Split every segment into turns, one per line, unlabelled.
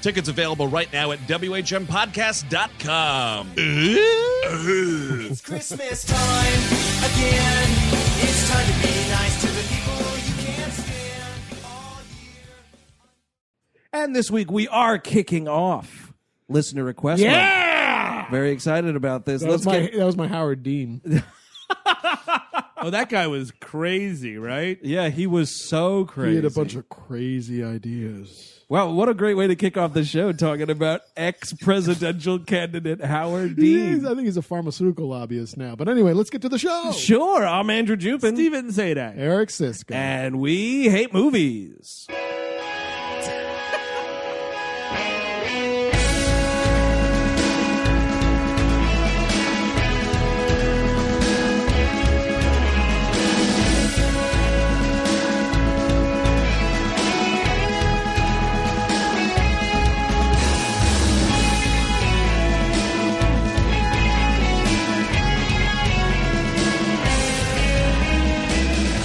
Tickets available right now at WHMPodcast.com.
It's Christmas time again. It's time to be nice to the people you can't stand all year.
And this week we are kicking off listener request. Yeah. Very excited about this.
That
Let's
was, my,
get
that was my Howard Dean.
Oh, that guy was crazy, right?
Yeah, he was so
He
crazy.
had a bunch of crazy ideas.
wow, what a great way to kick off the show talking about ex-presidential candidate Howard Dean.
He's- I think he's a pharmaceutical lobbyist now. But anyway, let's get to the show.
Sure, I'm Andrew Jupin.
Steven Zadak.
Eric Siska.
And we hate movies.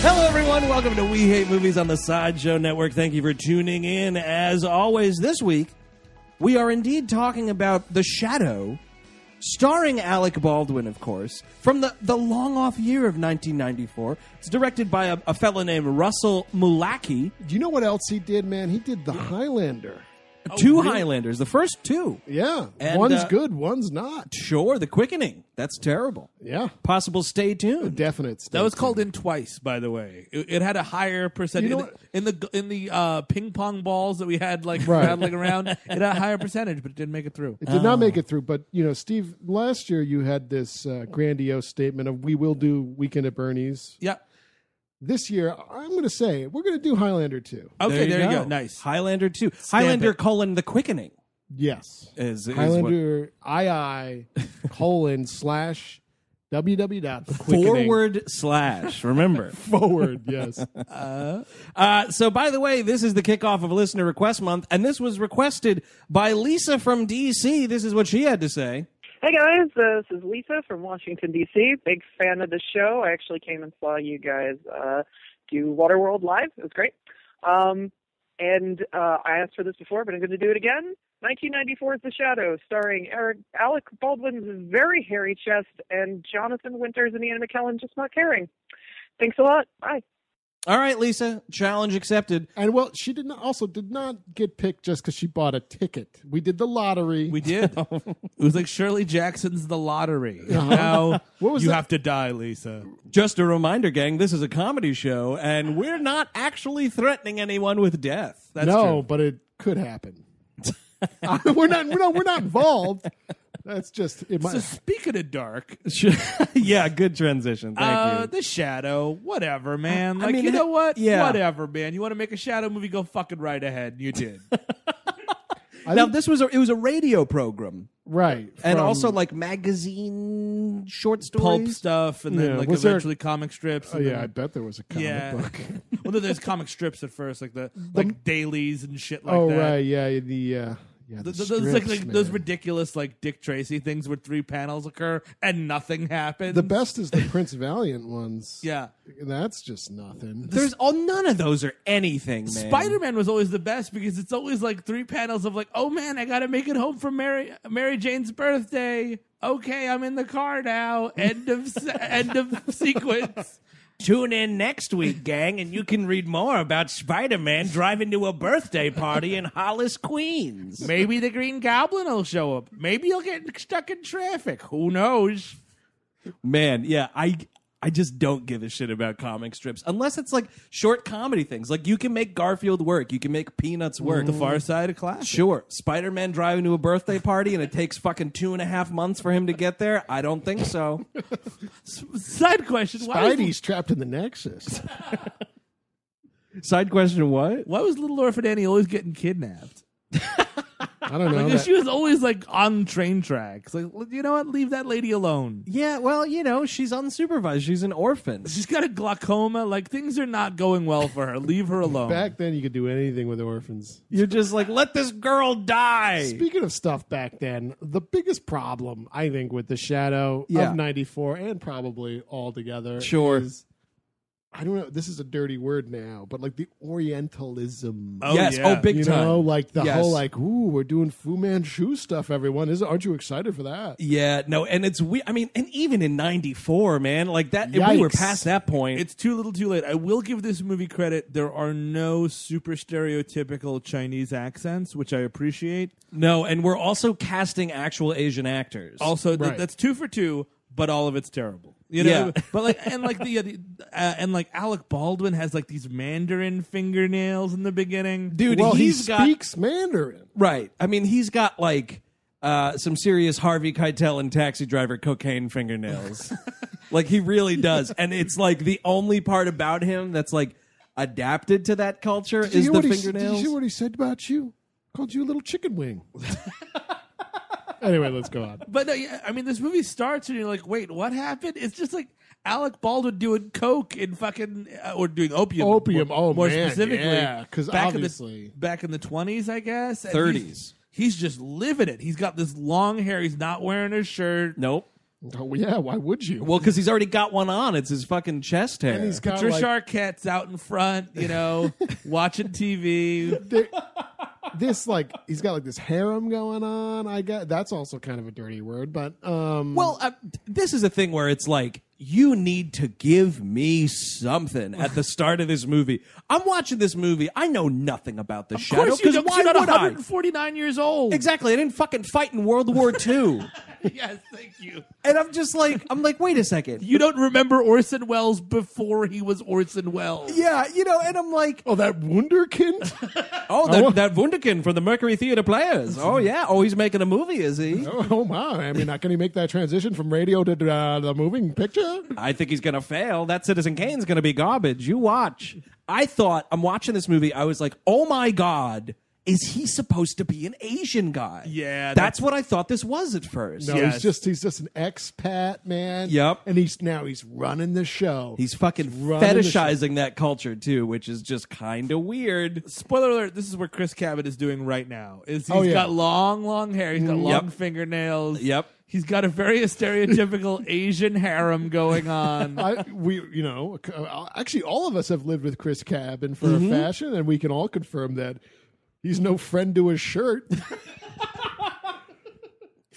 Hello, everyone. Welcome to We Hate Movies on the Sideshow Network. Thank you for tuning in. As always, this week, we are indeed talking about The Shadow, starring Alec Baldwin, of course, from the, the long off year of 1994. It's directed by a, a fellow named Russell Mulaki.
Do you know what else he did, man? He did The Highlander.
Oh,
Two Highlanders, the first two.
Yeah.
And,
one's
uh,
good, one's not.
Sure, The Quickening. That's terrible.
Yeah.
Possible stay tuned.
Definite.
That was
statement.
called in twice, by the way. It, it had a higher percentage
You know
in, the, in the in the uh, ping pong balls that we had like
Right.
rattling around. It had a higher percentage, but it didn't make it through.
It did
uh,
not make it through, but you know, Steve. Last year, you had this uh, grandiose statement of "We will do Weekend at Bernie's."
Yeah.
This year, I'm going to say we're going to do Highlander too.
Oh.
Okay. There, you, go. Nice.
Highlander 2. Highlander
it.
colon The Quickening.
Yes,
Is, is what-
Highlander II colon slash www dot the quickening.
forward slash. Remember.
forward. Yes,
uh, so, by the way, this is the kickoff of Listener Request Month, and this was requested by Lisa from DC. This is what she had to say.
Hey guys, uh, this is Lisa from Washington D.C. Big fan of the show. I actually came and saw you guys uh, do Waterworld live. It was great. Um, and uh, I asked for this before, but I'm going to do it again. 1994 is The Shadow, starring Eric Alec Baldwin's very hairy chest and Jonathan Winters and Ian McKellen just not caring. Thanks a lot. Bye.
All right, Lisa, challenge accepted.
and well, she did not also did not get picked just because she bought a ticket. We did the lottery.
We did. it was like Shirley Jackson's The Lottery. Now
Uh-huh. What was
you
that?
have to die, Lisa.
Just a reminder, gang, this is a comedy show, and we're not actually threatening anyone with death. That's
no,
true.
but it could happen. Uh, we're not. No, we're not involved. That's just it might.
So speaking of dark,
yeah, good transition. Thank
uh,
you.
the shadow, whatever, man.
I
Like
mean,
you know what?
yeah.
Whatever, man. You want to make a shadow movie? Go fucking right ahead. You did.
I
now,
think-
this was a, it was a radio program,
right
and
from-
also like magazine and short stories.
pulp stuff, and then
Yeah,
like
was there-
eventually comic strips.
Oh
and
yeah,
then-
I bet there was a comic
yeah.
book.
well, no, there's comic strips at first, like the like dailies and shit like
oh
that.
right, yeah, the uh, yeah, the,
Th- th- those, like,
scripts,
like, those
man.
ridiculous like Dick Tracy things where three panels occur and nothing happens.
The best is the Prince Valiant ones.
yeah.
that's just nothing.
There's oh, none of those are anything. Man.
Spider Man was always the best because it's always like three panels of like, oh man, I gotta make it home for Mary Mary Jane's birthday. Okay, I'm in the car now. End of se- end of sequence.
Tune in next week, gang, and you can read more about Spider Man driving to a birthday party in Hollis, Queens.
Maybe the Green Goblin will show up. Maybe you'll get stuck in traffic. Who knows?
Man, yeah, I I just don't give a shit about comic strips unless it's like short comedy things. Like you can make Garfield work, you can make Peanuts work. The Far Side of Classic. Sure, Spider Man driving to a birthday party and it takes fucking two and a half months for him to get there. I don't think so.
Side question: Why was,
Spidey's trapped in the Nexus.
Side question: What?
why was Little Orphan Annie always getting kidnapped?
I don't know.
Because
that-
she was always like on train tracks. Like, you know what? Leave that lady alone.
Yeah, well, you know, she's unsupervised. She's an orphan.
She's got a glaucoma. Like things are not going well for her. Leave her alone.
back then, you could do anything with orphans.
You're just like, let this girl die.
Speaking of stuff back then, the biggest problem I think with the Shadow
Yeah.
of '94 and probably all together,
Sure.
is- I don't know. This is a dirty word now, but like the Orientalism.
Oh,
yes,
yeah.
oh, big
you
time.
know, like the
Yes.
whole like, ooh, we're doing Fu Manchu stuff. Everyone, is aren't you excited for that?
Yeah, no, and it's we. I mean, and even in '94, man, like that, if we
Yikes.
were past that point.
It's too little, too late. I will give this movie credit. There are no super stereotypical Chinese accents, which I appreciate.
no, and we're also casting actual Asian actors.
Also, th-
Right.
that's two for two, but all of it's terrible. You know,
Yeah.
but like, and like the, yeah, the uh, and like Alec Baldwin has like these Mandarin fingernails in the beginning.
dude,
well, he
he's got
speaks Mandarin.
right. I mean, he's got like uh, some serious Harvey Keitel and Taxi Driver cocaine fingernails. like he really does, and it's like the only part about him that's like adapted to that culture
Did you
is
hear
the
what he s- Did
fingernails.
you hear what he said about you? Called you a little chicken wing. anyway, let's go on.
But no, yeah, I mean, this movie starts and you're like, wait, what happened? It's just like Alec Baldwin doing coke and fucking uh, or doing opium.
Opium,
More,
oh,
more
man,
specifically,
yeah, 'cause
back in
obviously-
the back in the twenties, I guess, and
30s.
he's- He's just living it. He's got this long hair. He's not wearing a shirt.
nope.
Oh, yeah, why would you?
Well, because he's already got one on. It's his fucking chest hair.
and he's got
Trish
like,
Arquette's out in front, you know, watching TV.
this like he's got like this harem going on. I got that's also kind of a dirty word, but um,
Well, uh, this is a thing where it's like you need to give me something at the start of this movie. I'm watching this movie. I know nothing about the
Of
shadow
course, you
because
don't.
why
You're not
would I?
149 years old.
Exactly. I didn't fucking fight in World War II,
Yes, thank you.
and I'm just like, I'm like, wait a second.
You don't remember Orson Welles before he was Orson Welles.
Yeah, you know, and I'm like,
oh, that wunderkind.
oh,
Oh.
that, that Wunderkind from the Mercury Theater Players. Oh yeah. Oh, he's making a movie, is he?
oh, oh my! I mean, not going to make that transition from radio to uh, the moving picture.
I think he's going to fail. That Citizen Kane's going to be garbage. You watch. I thought, I'm watching this movie. I was like, oh my God, is he supposed to be an Asian guy?
Yeah,
That's,
that's-
what I thought this was at first.
No,
Yes.
he's just he's just an expat man.
Yep.
and he's now he's running the show.
He's fucking
running the show.
fetishizing that culture too, which is just kind of weird.
spoiler alert this is what chris cabot is doing right now is he's
Oh, yeah. Mm-hmm.
got long long hair he's got long
Yep.
fingernails
Yep.
he's got a very stereotypical asian harem going on
I, we, you know, uh, actually, all of us have lived with Chris Cabin for a fashion, and we can all confirm that he's no friend to his shirt.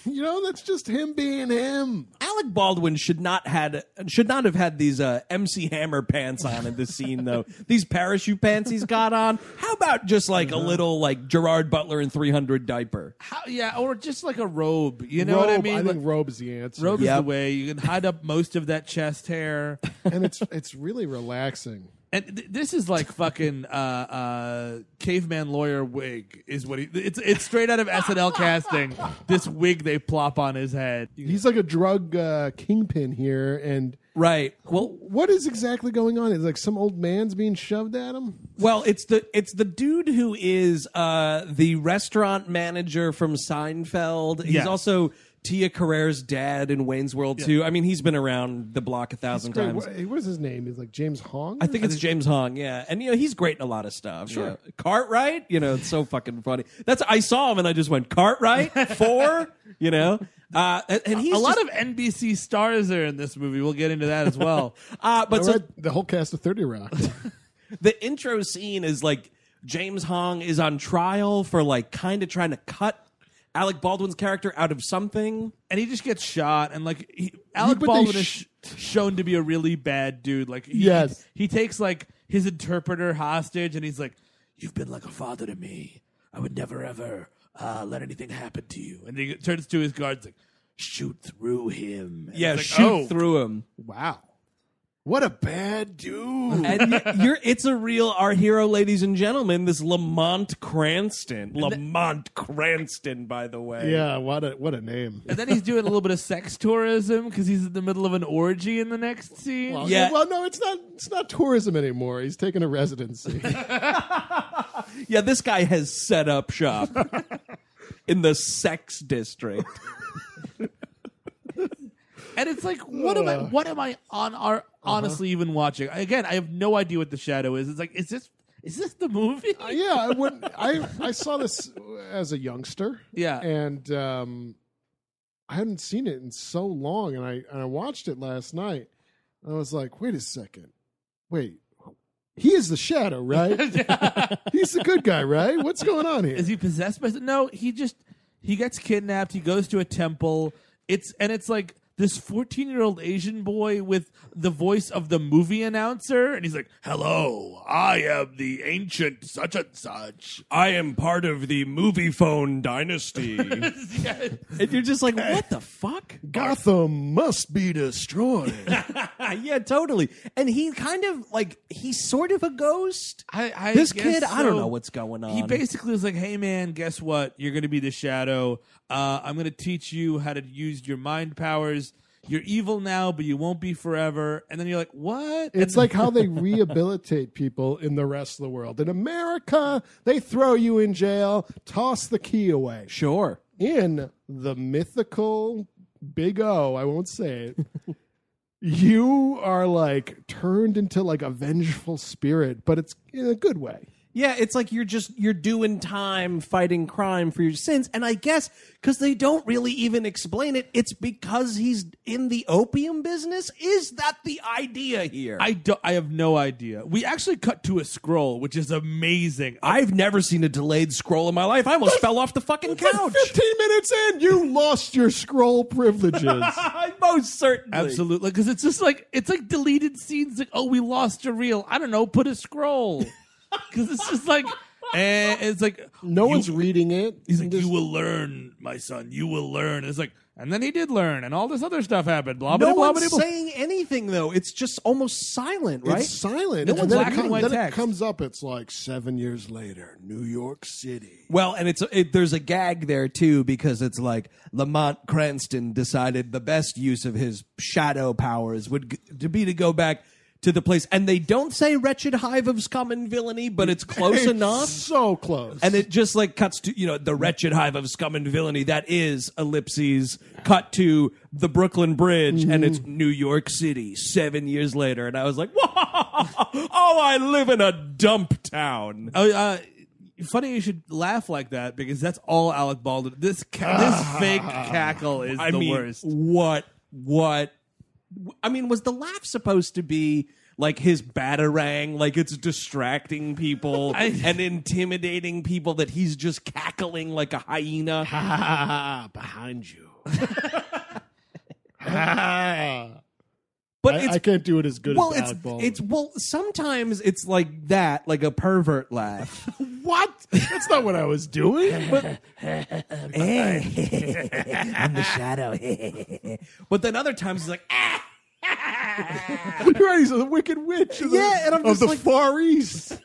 you know, that's just him being him.
Alec Baldwin should not had should not have had these uh, MC Hammer pants on in this scene though. these parachute pants he's got on. How about just like
Uh-huh.
a little like Gerard Butler in 300 diaper?
How, yeah or just like a robe you know what i
Robe,
mean
think
Like,
robe is the answer.
robe is
Yep.
the way you can hide up most of that chest hair
and it's it's really relaxing.
and th- this is like fucking uh uh caveman lawyer wig is what he it's it's straight out of snl casting this wig they plop on his head
He's like a drug uh, kingpin here, and
Right. Well,
what is exactly going on? Is like some old man's being shoved at him.
well, it's the it's the dude who is uh, the restaurant manager from Seinfeld. He's
Yes.
also Tia Carrere's dad in Wayne's World too. I mean, he's been around the block a thousand
Great.
times.
What, what is his name? He's like James Hong.
I think it's James Hong, yeah, and you know he's great in a lot of stuff. Sure, Cartwright, you know, it's so fucking funny. That's I saw him and I just went Cartwright four, you know, uh, and, and he's
a lot
just-
of NBC stars are in this movie. We'll get into that as well.
uh, but
I
so
read the whole cast of Thirty Rock.
the intro scene is like James Hong is on trial for like kind of trying to cut Alec Baldwin's character out of something.
and he just gets shot and like he, Alec
but they
Baldwin
sh-
is sh- shown to be a really bad dude. Like he,
Yes.
he, takes like his interpreter hostage and he's like, "You've been like a father to me. I would never ever uh, let anything happen to you." And he turns to his guards like, "Shoot through him." And
Yeah,
it's like,
shoot
"Oh."
through him.
wow, what a bad dude.
And y- you're, it's a real our hero, ladies and gentlemen. This Lamont Cranston, Lamont Cranston, by the way.
yeah, what a what a name.
And then he's doing a little bit of sex tourism because he's in the middle of an orgy in the next scene.
Well,
Yeah.
Well, no, it's not. It's not tourism anymore. He's taking a residency.
yeah. This guy has set up shop in the sex district.
And it's like, what am I?
Uh-huh.
What am I on? Are honestly even watching? Again, I have no idea what the shadow is. It's like, is this is this the movie?
Uh, yeah, I wouldn't. I I saw this as a youngster.
Yeah.
and um, I hadn't seen it in so long, and I and I watched it last night. And I was like, wait a second, wait, he is the shadow, right? He's the good guy, right? What's going on here?
Is he possessed by? No, he just he gets kidnapped. He goes to a temple. It's and it's like this fourteen-year-old Asian boy with the voice of the movie announcer, and he's like, "Hello, I am the ancient such and such."
I am part of the movie phone dynasty. and you're just like, what the fuck?
Gotham must be destroyed.
yeah, totally. And he kind of like he's sort of a ghost.
I, I
this
guess
kid, I don't
so.
know what's going on.
He basically was like, "Hey man, guess what? You're going to be the shadow. Uh, I'm going to teach you how to use your mind powers. You're evil now, but you won't be forever." And then you're like, "What?"
It's like how they rehabilitate people in the rest of the world. In America, they throw you in jail, toss the key away.
sure.
In the mythical Big O, I won't say it. You are like turned into like a vengeful spirit, but it's in a good way.
Yeah, it's like you're just you're doing time fighting crime for your sins, and I guess because they don't really even explain it, it's because he's in the opium business. Is that the idea here?
I don't. I have no idea. We actually cut to a scroll, which is amazing.
I've never seen a delayed scroll in my life. I almost fell off the fucking couch.
15 minutes in, you lost your scroll privileges.
I most certainly.
Absolutely, because it's just like it's like deleted scenes. Like, oh, we lost a reel. I don't know. Put a scroll, because it's just like, eh, it's like
No
you-
one's reading it.
He's like, you will learn, my son. You will learn. It's like, and then he did learn, and all this other stuff happened. Blah blah
No
blah
one's
blah. blah.
saying anything though. It's just almost silent, right?
It's silent.
No
and
one's
then, it,
black and
come-
white
then it
text.
comes up, it's like seven years later, New York City.
Well, and it's it, there's a gag there too because it's like Lamont Cranston decided the best use of his shadow powers would g- to be to go back to the place, and they don't say "wretched hive of scum and villainy," but it's close
It's
enough.
So close.
And it just like cuts to you know the wretched hive of scum and villainy that is ellipses cut to the Brooklyn Bridge and it's New York City seven years later and I was like Whoa! oh I live in a dump town
Oh, uh, funny you should laugh like that because that's all Alec Baldwin. This ca- this fake cackle is
I
the
mean,
worst.
what? What? I mean, was the laugh supposed to be like his batarang? Like it's distracting people
I-
and intimidating people that he's just cackling like a hyena.
ah, behind you. ah.
But
I,
it's
I can't do it as good
well,
as
it's
Alec Baldwin.
it's well. Sometimes it's like that, like a pervert laugh.
what? That's not what I was doing. But
I'm the shadow. but then other times it's like. Ah!
you're right, he's a wicked witch. Of the,
Yeah, and I'm
of
just
the
like-
Far East.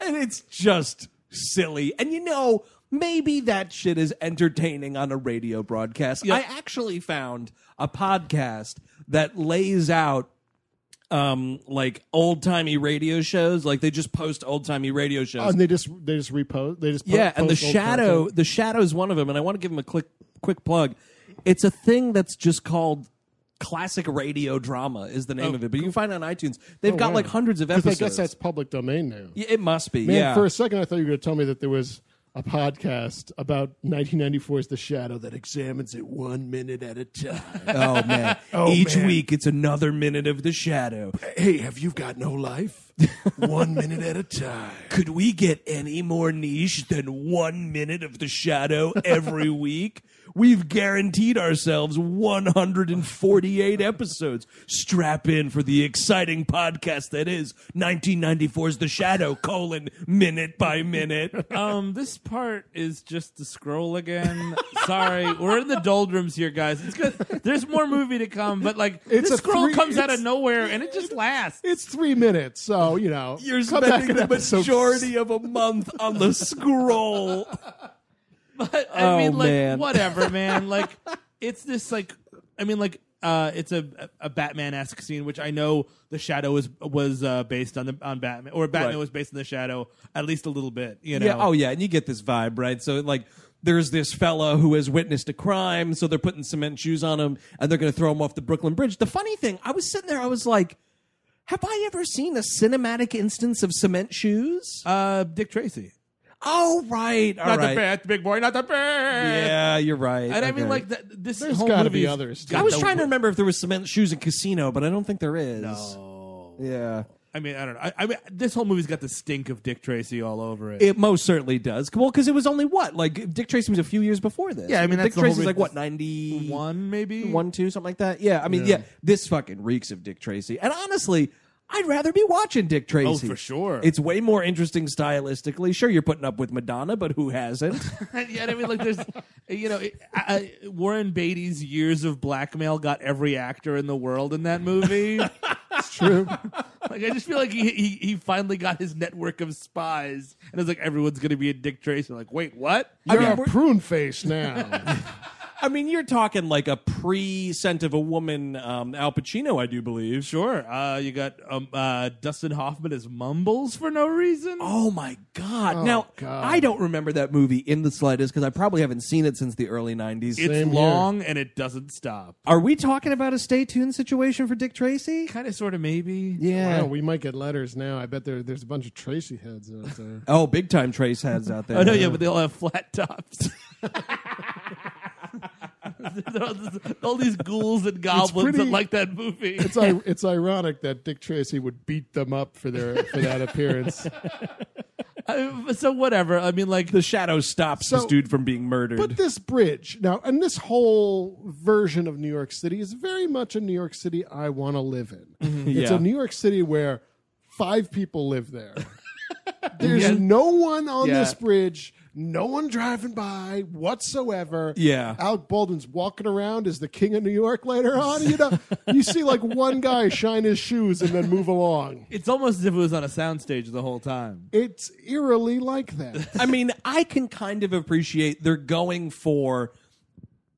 and it's just silly. And you know, maybe that shit is entertaining on a radio broadcast. I actually found a podcast that lays out um, like old timey radio shows. Like they just post old timey radio shows.
Oh, and they just they just repost. They just po-
yeah, and the
post old
shadow,
content.
the shadow is one of them, and I want to give him a quick quick plug. It's a thing that's just called classic radio drama is the name of it, but you can find it on iTunes. They've got
Oh, wow.
like hundreds of
'Cause I
episodes.
guess that's public domain now.
Yeah, it must be.
Man,
yeah.
for a second I thought you were going to tell me that there was a podcast about 1994's The Shadow that examines it one minute at a time.
oh man. Each week it's another minute of the shadow.
hey, have you got no life? one minute at a time.
Could we get any more niche than one minute of the shadow every week? We've guaranteed ourselves 148 episodes. Strap in for the exciting podcast that is 1994's The Shadow, colon, minute by minute.
Um, this part is just the scroll again. Sorry, we're in the doldrums here, guys. It's good. There's more movie to come, but like this
It's a
scroll
three-
comes out of
it's-
nowhere and it just lasts.
It's three minutes, so you know
You're
come back
spending
in
the
episode
majority of a month on the scroll.
But I
Oh,
mean, like,
man.
whatever, man. Like, it's this like, I mean, like, uh, it's a a Batman esque scene, which I know the Shadow was was uh, based on the on Batman, or Batman
Right.
was based on the Shadow at least a little bit, you know.
Yeah. Oh, yeah. And you get this vibe, right? So, like, there's this fella who has witnessed a crime, so they're putting cement shoes on him, and they're going to throw him off the Brooklyn Bridge. The funny thing, I was sitting there, I was like, "Have I ever seen a cinematic instance of cement shoes?"
Uh, Dick Tracy,
oh, right. All
not
right.
the bat, the big boy, not the bat.
Yeah, you're right.
And I mean,
Okay.
like, th- this
There's
whole
gotta
movie
be
is-
others, too.
I was
the-
trying to remember if there was cement shoes in Casino, but I don't think there is. No. Yeah.
I mean, I don't know. I, I mean, this whole movie's got the stink of Dick Tracy all over it.
It most certainly does. Well, because it was only what? Like, Dick Tracy was a few years before this.
Yeah, I mean, that's
Dick
the whole
Tracy's like,
reason-
what, 90?
One maybe
one two something like that yeah i mean Mm. yeah. this fucking reeks of dick tracy and honestly i'd rather be watching dick tracy
for sure.
it's way more interesting stylistically sure you're putting up with madonna but who hasn't
yeah, I mean, like, there's, you know, it, I, I- Warren Beatty's years of blackmail got every actor in the world in that movie. like,
True.
I just feel like he, he he finally got his network of spies, and it's like everyone's gonna be a Dick Tracy. Like, wait, what?
You're
mean,
a
we're-
prune face now.
i mean you're talking like a pre-scent of a woman um, al pacino i do believe
Sure. Uh, you got um, uh, Dustin Hoffman as Mumbles for no reason.
Oh my God! now
God.
I don't remember that movie in the slightest because I probably haven't seen it since the early '90s.
it's
same here.
long and it doesn't stop.
Are we talking about a stay tuned situation for Dick Tracy?
Kind of, sort of, maybe.
Yeah.
wow, we might get letters now. I bet there, there's a bunch of Tracy heads out there.
Oh, big time Trace heads out there.
Oh no, yeah, but they all have flat tops. They're all just- all these ghouls and goblins that
pretty-
like that movie.
It's I- it's ironic that Dick Tracy would beat them up for their for that appearance.
I- so whatever. I mean, like
the shadow stops this
So-
dude from being murdered.
But this bridge now, and this whole version of New York City is very much a New York City I want to live in. It's
Mm-hmm. Yeah.
a New York City where five people live there. There's no one on
Yeah.
this bridge, no one driving by whatsoever.
Yeah.
Alec Baldwin's walking around as the king of New York later on. You know, you see like one guy shine his shoes and then move along.
it's almost as if it was on a soundstage the whole time.
It's eerily like that.
I mean, I can kind of appreciate they're going for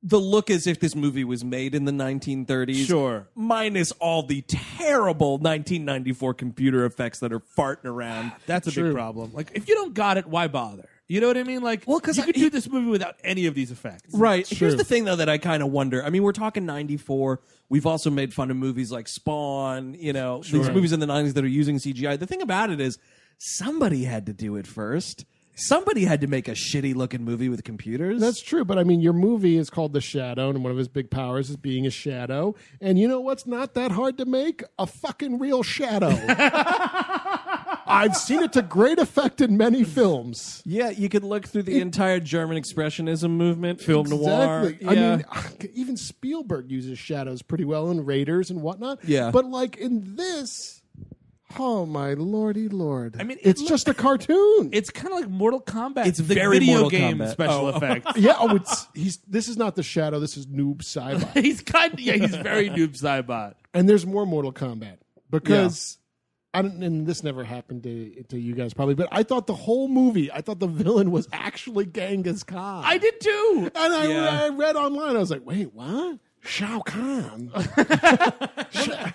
the look as if this movie was made in the 1930s.
Sure.
Minus all the terrible 1994 computer effects that are farting around.
That's a big problem. Like if you don't got it, why bother? You know what I mean? Like,
Well, 'cause
you
I-
could do this movie without any of these effects.
Right. Here's the thing, though, that I kind of wonder. I mean, we're talking 94. We've also made fun of movies like Spawn, you know, these movies in the 90s that are using CGI. The thing about it is, somebody had to do it first. Somebody had to make a shitty looking movie with computers.
That's true, but I mean, your movie is called The Shadow, and one of his big powers is being a shadow. And you know what's not that hard to make? A fucking real shadow. I've seen it to great effect in many films.
Yeah, you could look through the entire German Expressionism movement, film
Exactly.
noir. Yeah.
I mean, even Spielberg uses shadows pretty well in Raiders and whatnot.
Yeah.
But like in this, oh my lordy lord! I
mean, it
it's
look-
just a cartoon.
It's kind of like Mortal Kombat.
It's
the
very
video
Mortal
game
Kombat.
special
Oh.
effects.
yeah. Oh, it's he's. This is not the shadow. This is noob sci-fi.
he's kind. yeah, he's very noob cybot.
and there's more Mortal Kombat because I don't, and this never happened to to you guys probably, but I thought the whole movie, I thought the villain was actually Genghis Khan.
I did too.
and I,
Yeah.
I read online, I was like, wait, what? Shao Kahn.
I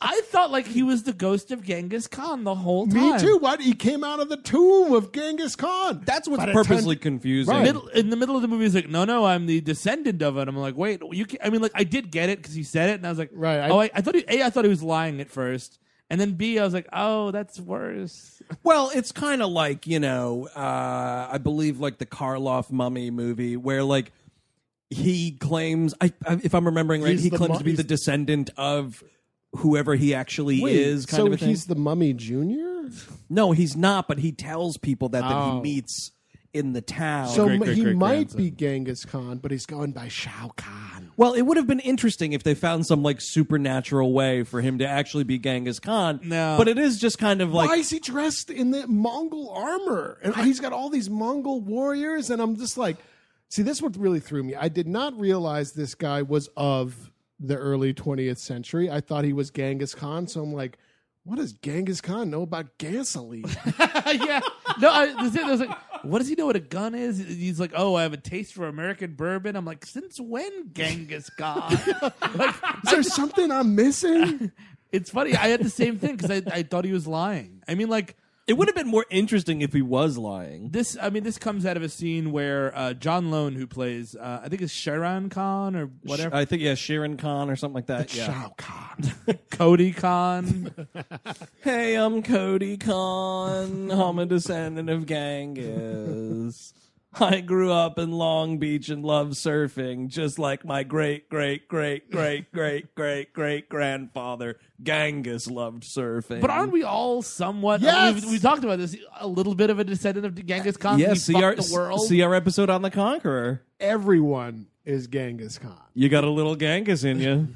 I thought like he was the ghost of Genghis Khan the whole time.
Me too. What? He came out of the tomb of Genghis Khan.
That's what's
By the time-
purposely confusing.
Right.
Middle, in the middle of the movie, he's like, "No, no, I'm the descendant of it." I'm like, "Wait, you?" Can, I mean, like, I did get it because he said it, and I was like,
Right, I-
oh, I, I thought he, a, I thought he was lying at first, and then B, I was like, "Oh, that's worse."
Well, it's kind of like you know, uh, I believe like the Karloff mummy movie, where like he claims, I, I if I'm remembering right,
He's
he
the
claims
mu-
to be
he's-
the descendant of whoever he actually
Wait,
is. Kind
so
of a thing.
he's the Mummy Junior.
no, he's not, but he tells people that that he
Oh.
meets in the town.
So
Oh, Great.
m- he might be Genghis Khan, but he's going by Shao Khan.
well, it would have been interesting if they found some like supernatural way for him to actually be Genghis Khan.
No.
but it is just kind of like
Why is he dressed in the Mongol armor? And he's got all these Mongol warriors, and I'm just like, see, this what really threw me. I did not realize this guy was of the early 20th century. I thought he was Genghis Khan, so I'm like, what does Genghis Khan know about gasoline?
yeah, no, I, that's it. I was like, "What does he know what a gun is?" He's like, "Oh, I have a taste for American bourbon." I'm like, "Since when, Genghis Khan?" like,
Is there something I'm missing?
it's funny. I had the same thing because I, I thought he was lying. I mean, like.
it would have been more interesting if he was lying.
This, I mean, this comes out of a scene where uh, John Lone, who plays, uh, I think it's Sharon Khan or whatever,
I think yeah, Sharon Khan or something like that. Yeah.
Shao Khan.
Cody Khan.
Hey, I'm Cody Khan. I'm a descendant of Genghis. I grew up in Long Beach and love surfing, just like my great, great, great, great, great, great, great grandfather Genghis loved surfing.
But aren't we all somewhat? I mean,
Yes!
we've, we talked about this. A little bit of a descendant of Genghis Khan.
Yeah,
He
see
fucked
our,
the world.
see our episode on the Conqueror.
Everyone is Genghis Khan.
You got a little Genghis in you.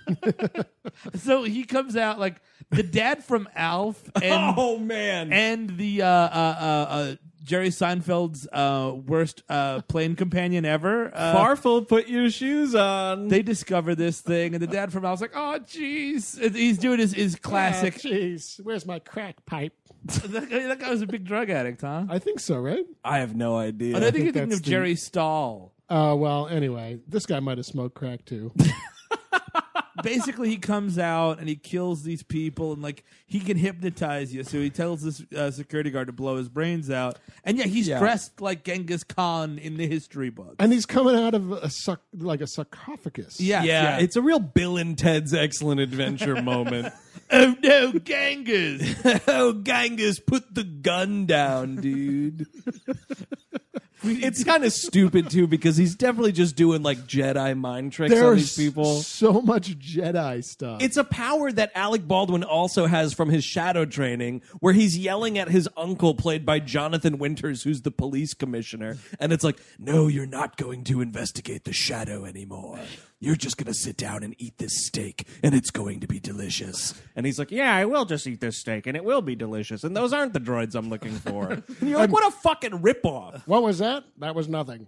so he comes out like the dad from Alf and
oh man!
and the uh, uh, uh, uh, Jerry Seinfeld's uh, worst uh, plane companion ever. Uh,
Farfel, put your shoes on.
They discover this thing, and the dad from Alf's like, "Oh, jeez." And He's doing his, his classic.
Oh, Jeez, where's my crack pipe?
that, guy, that guy was a big drug addict, huh?
I think so, right?
I have no idea.
And I think you're thinking
think that's
of
the-
Jerry Stahl.
Uh, well, anyway, this guy might have smoked crack too.
basically he comes out and he kills these people and like he can hypnotize you so he tells this uh, security guard to blow his brains out and yeah he's dressed like genghis khan in the history book
and he's coming out of a suck like a sarcophagus.
yes,
yeah, it's a real Bill and Ted's Excellent Adventure moment.
oh no genghis
oh, Genghis, put the gun down, dude. it's kind of stupid too because he's definitely just doing like Jedi mind tricks on these
There's
people.
so much Jedi stuff.
It's a power that Alec Baldwin also has from his shadow training, where he's yelling at his uncle, played by Jonathan Winters, who's the police commissioner. And it's like, no, you're not going to investigate the shadow anymore. You're just going to sit down and eat this steak, and it's going to be delicious. And he's like, yeah, I will just eat this steak, and it will be delicious. And those aren't the droids I'm looking for. and you're like, what a fucking ripoff.
what was that? That was nothing.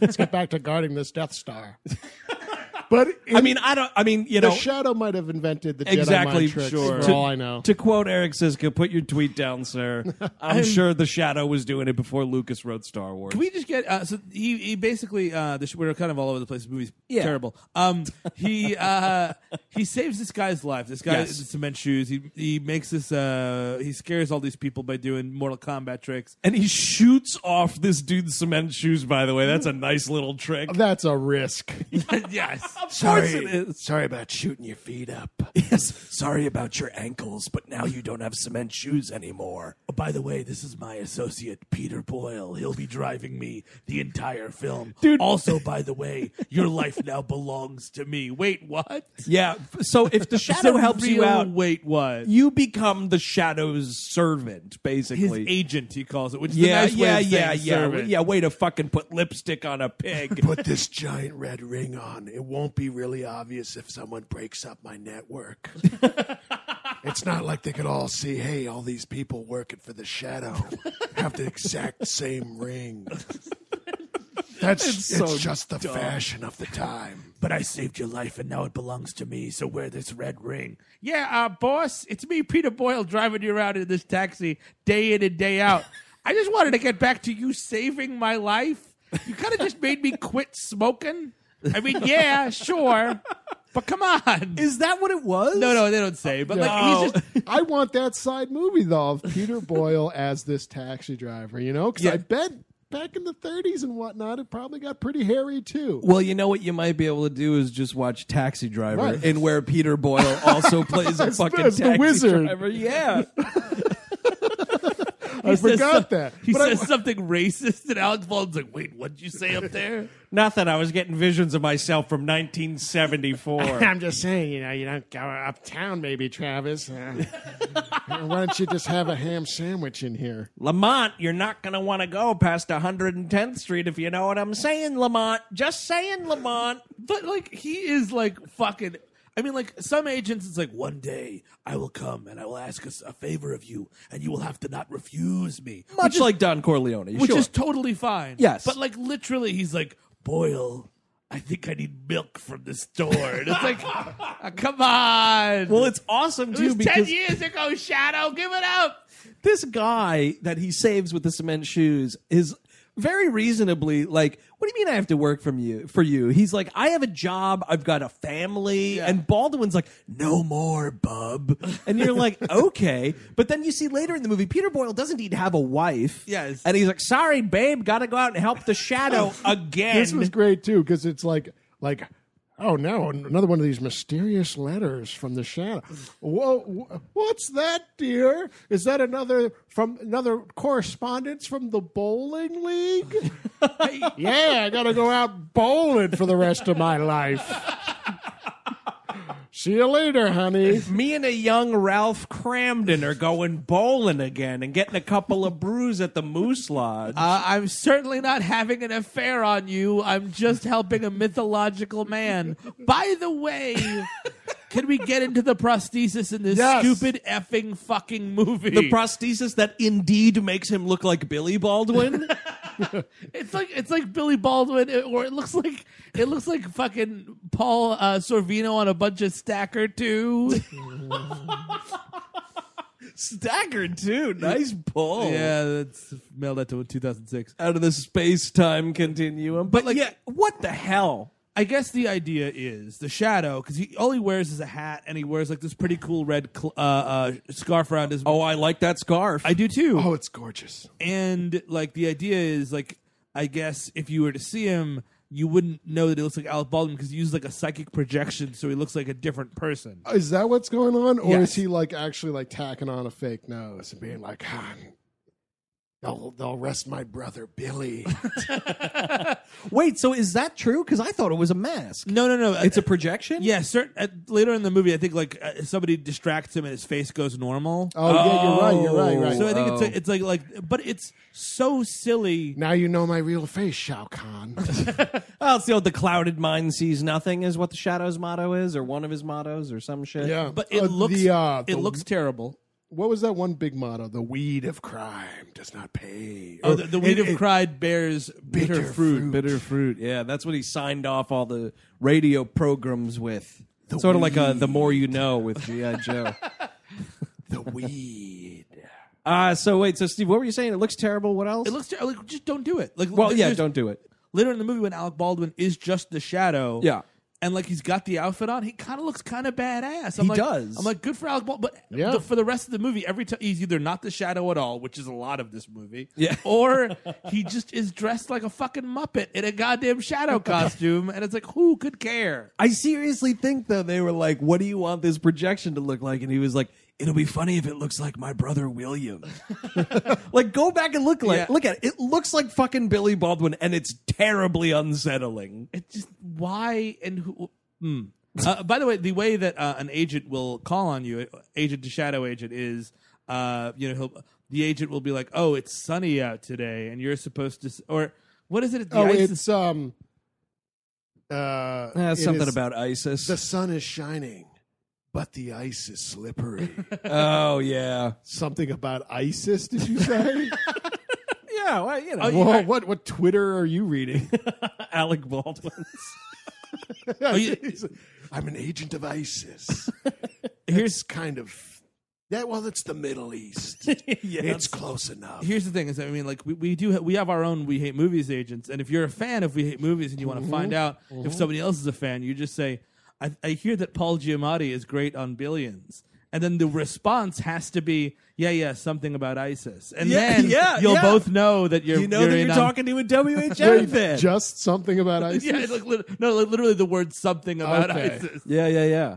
Let's get back to guarding this Death Star. but in-
I mean, I don't, I mean, you
the
know.
Shadow might have invented the Jedi
Exactly,
mind tricks,
sure.
for
To-
all I know.
To quote Eric Siska, put your tweet down, sir. I'm, sure the Shadow was doing it before Lucas wrote Star Wars.
Can we just get uh, so he, he basically uh, the, sh- we're kind of all over the place. The movie's
Yeah.
terrible. Um, he uh, he saves this guy's life. This guy
Yes.
in cement shoes. He he makes this. Uh, he scares all these people by doing Mortal Kombat tricks.
and he shoots off this dude's cement shoes, by the way. That's a nice little trick.
That's a risk.
yes,
Sorry. Sorry about shooting your feet up. Yes. Sorry about your ankles, but now you don't have cement shoes anymore.
Oh, by the way, this is my associate Peter Boyle. He'll be driving me the entire film. Dude. Also, by the way, your life now belongs to me. Wait, what?
Yeah. So if the shadow
So
helps you
real
out,
Wait, what?
you become the shadow's servant,
His
basically.
agent, he calls it, which is
yeah,
a nice
yeah,
way of
yeah,
saying
yeah,
servant.
yeah. Way to fucking put lipstick on a pig.
put this giant red ring on. It won't be really obvious if someone breaks up my network. it's not like they could all see, hey, all these people working for the shadow have the exact same ring. That's it's, just the fashion of the time.
but I saved your life, and now it belongs to me. So wear this red ring.
Yeah, uh, boss, it's me, Peter Boyle, driving you around in this taxi day in and day out. I just wanted to get back to you saving my life. You kind of just made me quit smoking. I mean, yeah, sure. But come on.
Is that what it was?
no, no, they don't say. But like he's just
Oh. I want that side movie though of Peter Boyle as this taxi driver. You know, because
Yeah.
I bet back in the 30s and whatnot, it probably got pretty hairy too.
Well, you know what you might be able to do is just watch Taxi Driver,
Right.
and where Peter Boyle also plays a fucking
as the
taxi
wizard.
driver. Yeah,
I forgot that.
he
But I-
says something racist, and Alec Baldwin's like, "Wait, what'd you say up there?"
not that I was getting visions of myself from 1974.
I'm just saying, you know, you don't go uptown, maybe Travis. Uh, why don't you just have a ham sandwich in here?
Lamont, you're not going to want to go past 110th Street if you know what I'm saying, Lamont. Just saying, Lamont.
But like he is like fucking. I mean, like some agents, it's like one day I will come and I will ask a, a favor of you, and you will have to not refuse me.
Much like Don Corleone,
which
sure.
is totally fine.
Yes.
but like literally, he's like, "Boyle, I think I need milk from the store." And it's like, "Ah, come on.
well, it's awesome
it
too
was ten
because
years ago, Shadow. Give it up.
this guy that he saves with the cement shoes is very reasonably like what do you mean i have to work from you for you he's like i have a job i've got a family and baldwin's like no more bub and you're like okay but then you see later in the movie peter boyle does indeed have a wife
Yes.
and he's like sorry babe gotta go out and help the shadow again
This was great too because it's like like oh no another one of these mysterious letters from the shadow. Whoa, wh- what's that, dear? Is that another from another correspondence from the bowling league? yeah, I gotta go out bowling for the rest of my life. See you later, honey.
me and a young Ralph Cramden are going bowling again and getting a couple of brews at the Moose Lodge.
Uh, I'm certainly not having an affair on you. I'm just helping a mythological man. By the way, can we get into the prosthesis in this
Yes.
stupid effing fucking movie?
the prosthesis that indeed makes him look like Billy Baldwin.
It's like it's like Billy Baldwin, or it looks like it looks like fucking Paul uh, Sorvino on a bunch of Stacker too.
Staggered too. Nice pull.
that's mailed out to 2006.
Out of the space time continuum. But, like,
like-
yeah, what the hell?
I guess the idea is the shadow because he all he wears is a hat and he wears like this pretty cool red cl- uh, uh, scarf around his.
Oh, I like that scarf.
I do too.
Oh, it's gorgeous.
and like the idea is like I guess if you were to see him, you wouldn't know that he looks like Alec Baldwin because he uses like a psychic projection, so he looks like a different person.
Is that what's going on, or
Yes.
is he like actually like tacking on a fake nose and being like, "Ah,
They'll, they'll arrest my brother, Billy.
Wait, so is that true? Because I thought it was a mask.
No, no, no.
It's a projection?
yeah. Certain, uh, later in the movie, I think like uh, somebody distracts him and his face goes normal.
oh, yeah, you're right, you're right, you're right."
so I think it's
Oh.
it's like like, but it's so silly.
now you know my real face, Shao Kahn.
Well, it's the old the clouded mind sees nothing is what the Shadow's motto is, or one of his mottos, or some shit.
yeah,
But it
Uh,
looks
the, uh,
it
the-
looks terrible.
What was that one big motto? The
Weed of crime does not pay.
Oh, the, the weed of
it-
cried bears bitter,
Bitter
fruit.
fruit.
Bitter fruit. Yeah, that's what he signed off all the radio programs with. sort of like a, the more you know with G.I. Joe.
The weed.
Uh, so wait, so Steve, what were you saying? It looks terrible. What else?
It looks ter- like just don't do it. Like
well, yeah,
there's-
don't do it.
Later in the movie, when Alec Baldwin is just the shadow,
Yeah.
and like he's got the outfit on, he kind of looks kind of badass. I'm
He
like,
does.
I'm like, good for Alec Baldwin. But
Yeah.
the- for the rest of the movie, every time he's either not the shadow at all, which is a lot of this movie,
Yeah.
or he just is dressed like a fucking muppet in a goddamn shadow costume, and it's like, who could care?
I seriously think though they were like, "What do you want this projection to look like?" And he was like, "It'll be funny if it looks like my brother William." like, go back and look like
Yeah.
look at it. It looks like fucking Billy Baldwin, and it's terribly unsettling.
It's just why and who. Mm. Uh, by the way, the way that uh, an agent will call on you, agent to shadow agent, is uh, you know he'll, the agent will be like, "Oh, it's sunny out today," and you're supposed to, s- or what is it? The
oh,
ice Eh,
it's
is-
um, uh,
Uh,
it
something
is-
about ISIS.
The sun is shining, but the ice is slippery.
oh yeah,
something about ISIS. Did you say?
Oh, yeah. Well, you know,
Whoa, what what Twitter are you reading?
Alec Oh, Baldwin.
you-
I'm an agent of ISIS.
here's
kind of that. Well, it's the Middle East. it's close enough.
here's the thing is I mean like we, we do ha- we have our own we hate
Mm-hmm.
movies agents, and if you're a fan of we hate movies and you want to find out if somebody else is a fan, you just say.
I, I hear that Paul Giamatti is great on Billions. And then the response has to be, yeah, yeah, something about ISIS. And
Yeah,
then
yeah,
you'll
yeah.
both know that you're
You know
you're
that
in
you're
on-
talking to a WHM fan.
Just something about ISIS.
Yeah, like lit- no, like, literally the word something about
Okay.
ISIS.
Yeah, yeah, yeah.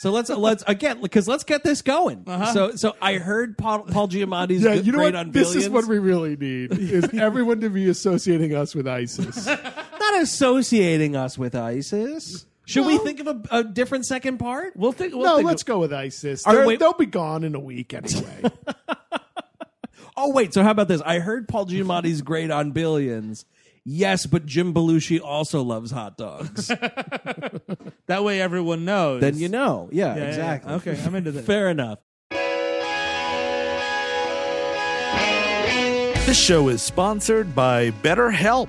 So let's let's again because let's get this going. So so I heard Paul, Paul Giamatti's
Uh-huh. Yeah,
good-
you know
great
what?
on
This
billions.
is what we really need: is everyone to be associating us with ISIS.
Not associating us with ISIS. Should we
No.
think of a, a different second part?
We'll think. We'll
no,
think
let's go with ISIS.
All right,
They're-
wait.
They'll be gone in a week anyway.
Oh wait, so how about this? I heard Paul Giamatti's great on billions. Yes, but Jim Belushi also loves hot dogs.
that way everyone knows.
then you know. Yeah,
Yeah, yeah, yeah.
exactly.
Okay, I'm into this.
Fair enough.
This show is sponsored by BetterHelp.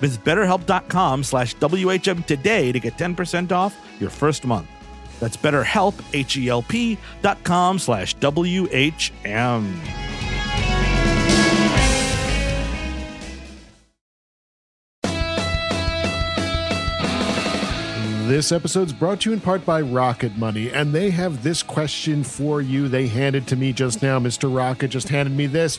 Visit betterhelp.com slash WHM today to get 10% off your first month. That's betterhelp, H-E-L-P dot com slash W-H-M.
This episode's brought to you in part by Rocket Money, and they have this question for you. They handed to me just now. Mr. Rocket just handed me this.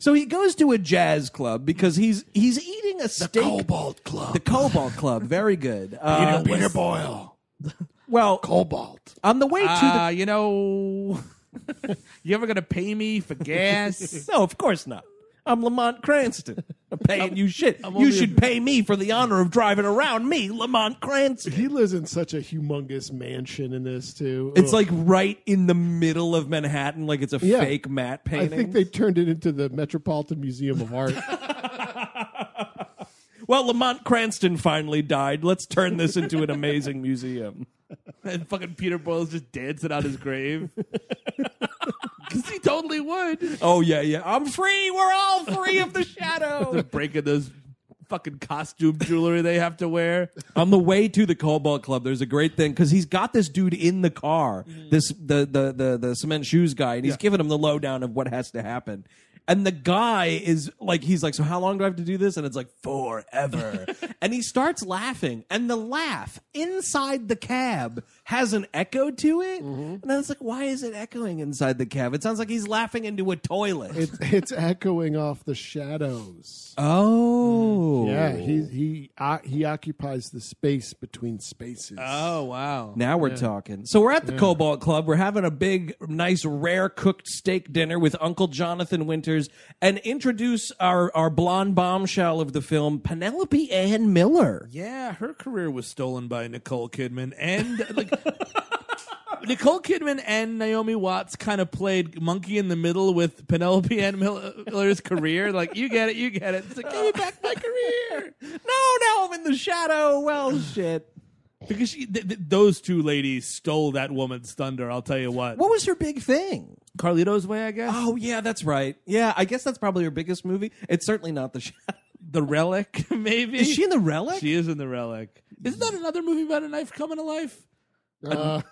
So he goes to a jazz club because he's he's eating a steak.
Cobalt Club.
The Cobalt Club, very good.
Peter,
Uh,
Peter Boyle.
well,
Cobalt.
on the way to
Uh, you know, you ever gonna pay me for gas?
the no, of course not. I'm Lamont Cranston. I'm paying you shit. you
only
should pay me for the honor of driving around me, Lamont Cranston.
He lives in such a humongous mansion in this, too.
It's like right in the middle of Manhattan, like it's a
Yeah.
fake matte
I
painting.
think they turned it into the Metropolitan Museum of Art.
well, Lamont Cranston finally died. Let's turn this into an amazing museum.
and fucking Peter Boyle's just dancing on his grave. Because he totally would.
Oh yeah, yeah. I'm free. We're all free of the shadow.
Breaking those fucking costume jewelry they have to wear.
on the way to the Cobalt Club, there's a great thing because he's got this dude in the
Mm-hmm.
car, this the the the, the cement shoes guy, and he's giving him the lowdown of what has to happen. And the guy is like, he's like, so how long do I have to do this? And it's like, forever. and he starts laughing. And the laugh inside the cab has an echo to it.
Mm-hmm.
And I was like, why is it echoing inside the cab? It sounds like he's laughing into a toilet.
It's it's echoing off the shadows.
oh.
Yeah, he he uh, he occupies the space between spaces.
Oh wow.
Now we're talking. So we're at the Cobalt Club. We're having a big, nice, rare cooked steak dinner with Uncle Jonathan Winters and introduce our, our blonde bombshell of the film, Penelope Ann Miller.
Yeah, her career was stolen by Nicole Kidman and like Nicole Kidman and Naomi Watts kind of played monkey in the middle with Penelope Ann Mil- uh, Miller's career. Like, you get it, you get it. It's like, give me back my career.
No, now I'm in the shadow. Well, shit.
Because she, th- th- those two ladies stole that woman's thunder, I'll tell you what.
What was her big thing?
Carlito's Way, I guess.
Oh, yeah, that's right. Yeah, I guess that's probably her biggest movie. It's certainly not the shadow.
The Relic, maybe.
Is she in the relic?
She is in The Relic. Isn't that another movie about a knife coming to life?
Uh,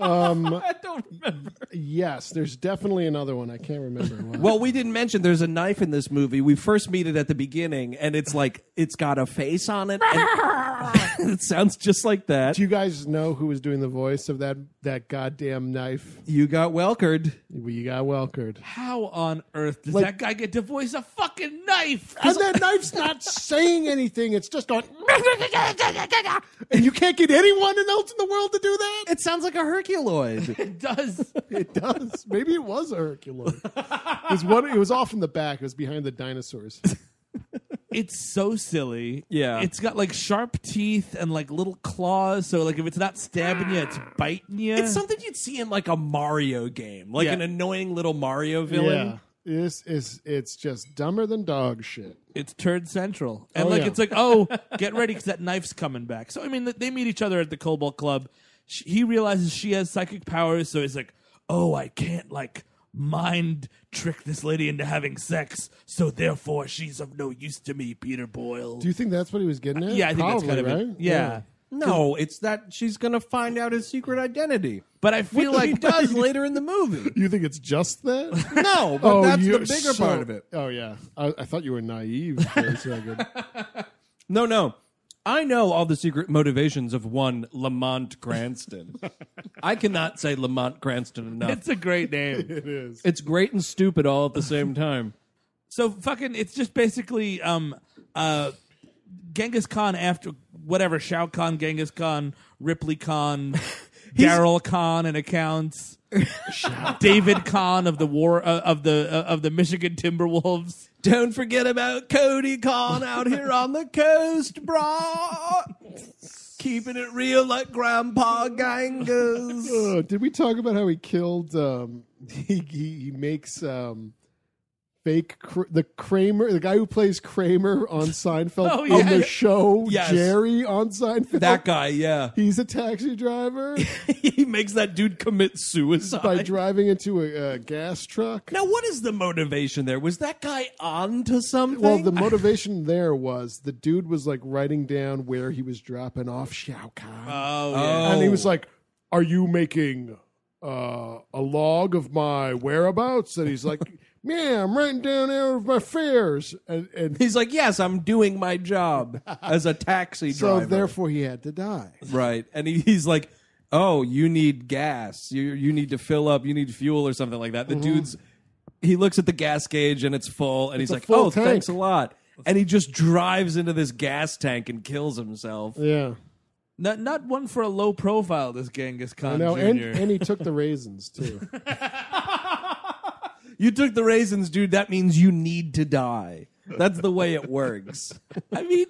um,
I don't remember.
yes, there's definitely another one. I can't remember. What.
Well, we didn't mention there's a knife in this movie. We first meet it at the beginning, and it's like it's got a face on it. And it sounds just like that.
Do you guys know who was doing the voice of that that goddamn knife?
You got Welkered.
You got Welkered.
How on earth does
Like-
that guy get to voice a fucking knife?
And that knife's not saying anything. It's just on. and you can't get anyone else in the world to do that.
It sounds like a Herculoid.
It does.
It does. Maybe it was a Herculoid. It was, one, it was off in the back. It was behind the dinosaurs.
It's so silly.
Yeah.
It's got like sharp teeth and like little claws. So like if it's not stabbing you, it's biting you.
it's something you'd see in like a Mario game, like
Yeah.
an annoying little Mario
Yeah.
villain.
This is it's just dumber than dog shit.
it's turd central. And
Oh,
like
yeah.
it's like, oh, get ready because that knife's coming back. So I mean, they meet each other at the Cobalt Club. Sh he realizes she has psychic powers, so he's like, oh, I can't like mind trick this lady into having sex. So therefore, she's of no use to me, Peter Boyle.
Do you think that's what he was getting at?
yeah, I think
Probably,
that's kind of
right.
it. Yeah.
No, it's that she's gonna find out his secret identity.
But I feel
Like
like
she does later in the movie.
You think it's just that?
No, but that's the
Oh, you're
bigger
so-
part of it.
Oh yeah, I, I thought you were naive for a second.
No, no. I know all the secret motivations of one Lamont Cranston. I cannot say Lamont Cranston enough.
it's a great name.
it is.
It's great and stupid all at the same time.
So fucking, it's just basically um uh Genghis Khan after whatever Shao Khan, Genghis Khan, Ripley Khan, Daryl Khan, and accounts. David Khan of the war uh, of the uh, of the Michigan Timberwolves.
Don't forget about Cody Khan out here on the coast, brah. Keeping it real like Grandpa Gangas.
Uh, did we talk about how he killed? Um, he, he he makes um, fake Kr- the Kramer, the guy who plays Kramer on Seinfeld
Oh,
on the
yeah.
show,
Yes.
Jerry on Seinfeld.
That guy, yeah.
He's a taxi driver
Oh. he makes that dude commit
by
suicide.
driving into a, a gas truck.
now, what is the motivation there? Was that guy on to something?
Well, the motivation there was the dude was like writing down where he was dropping off Shao Kahn.
Oh.
and he was like, "Are you making uh, a log of my whereabouts?" And he's like, "Yeah, I'm writing down all of my fares." And, and
He's like, yes, I'm doing my job as a taxi
so
driver.
therefore he had to die.
right, and he, he's like, oh, you need gas. You you need to fill up. You need fuel or something like
Mm-hmm.
that. The dude's he looks at the gas gauge and it's full, and he's
a
like,
full
oh,
tank.
thanks a lot. And he just drives into this gas tank and kills himself.
Yeah,
Not not one for a low profile. This Genghis
I
Khan
know.
Jr.
And, and he took the raisins too.
You took the raisins, dude. That means you need to die. That's the way it works. I mean,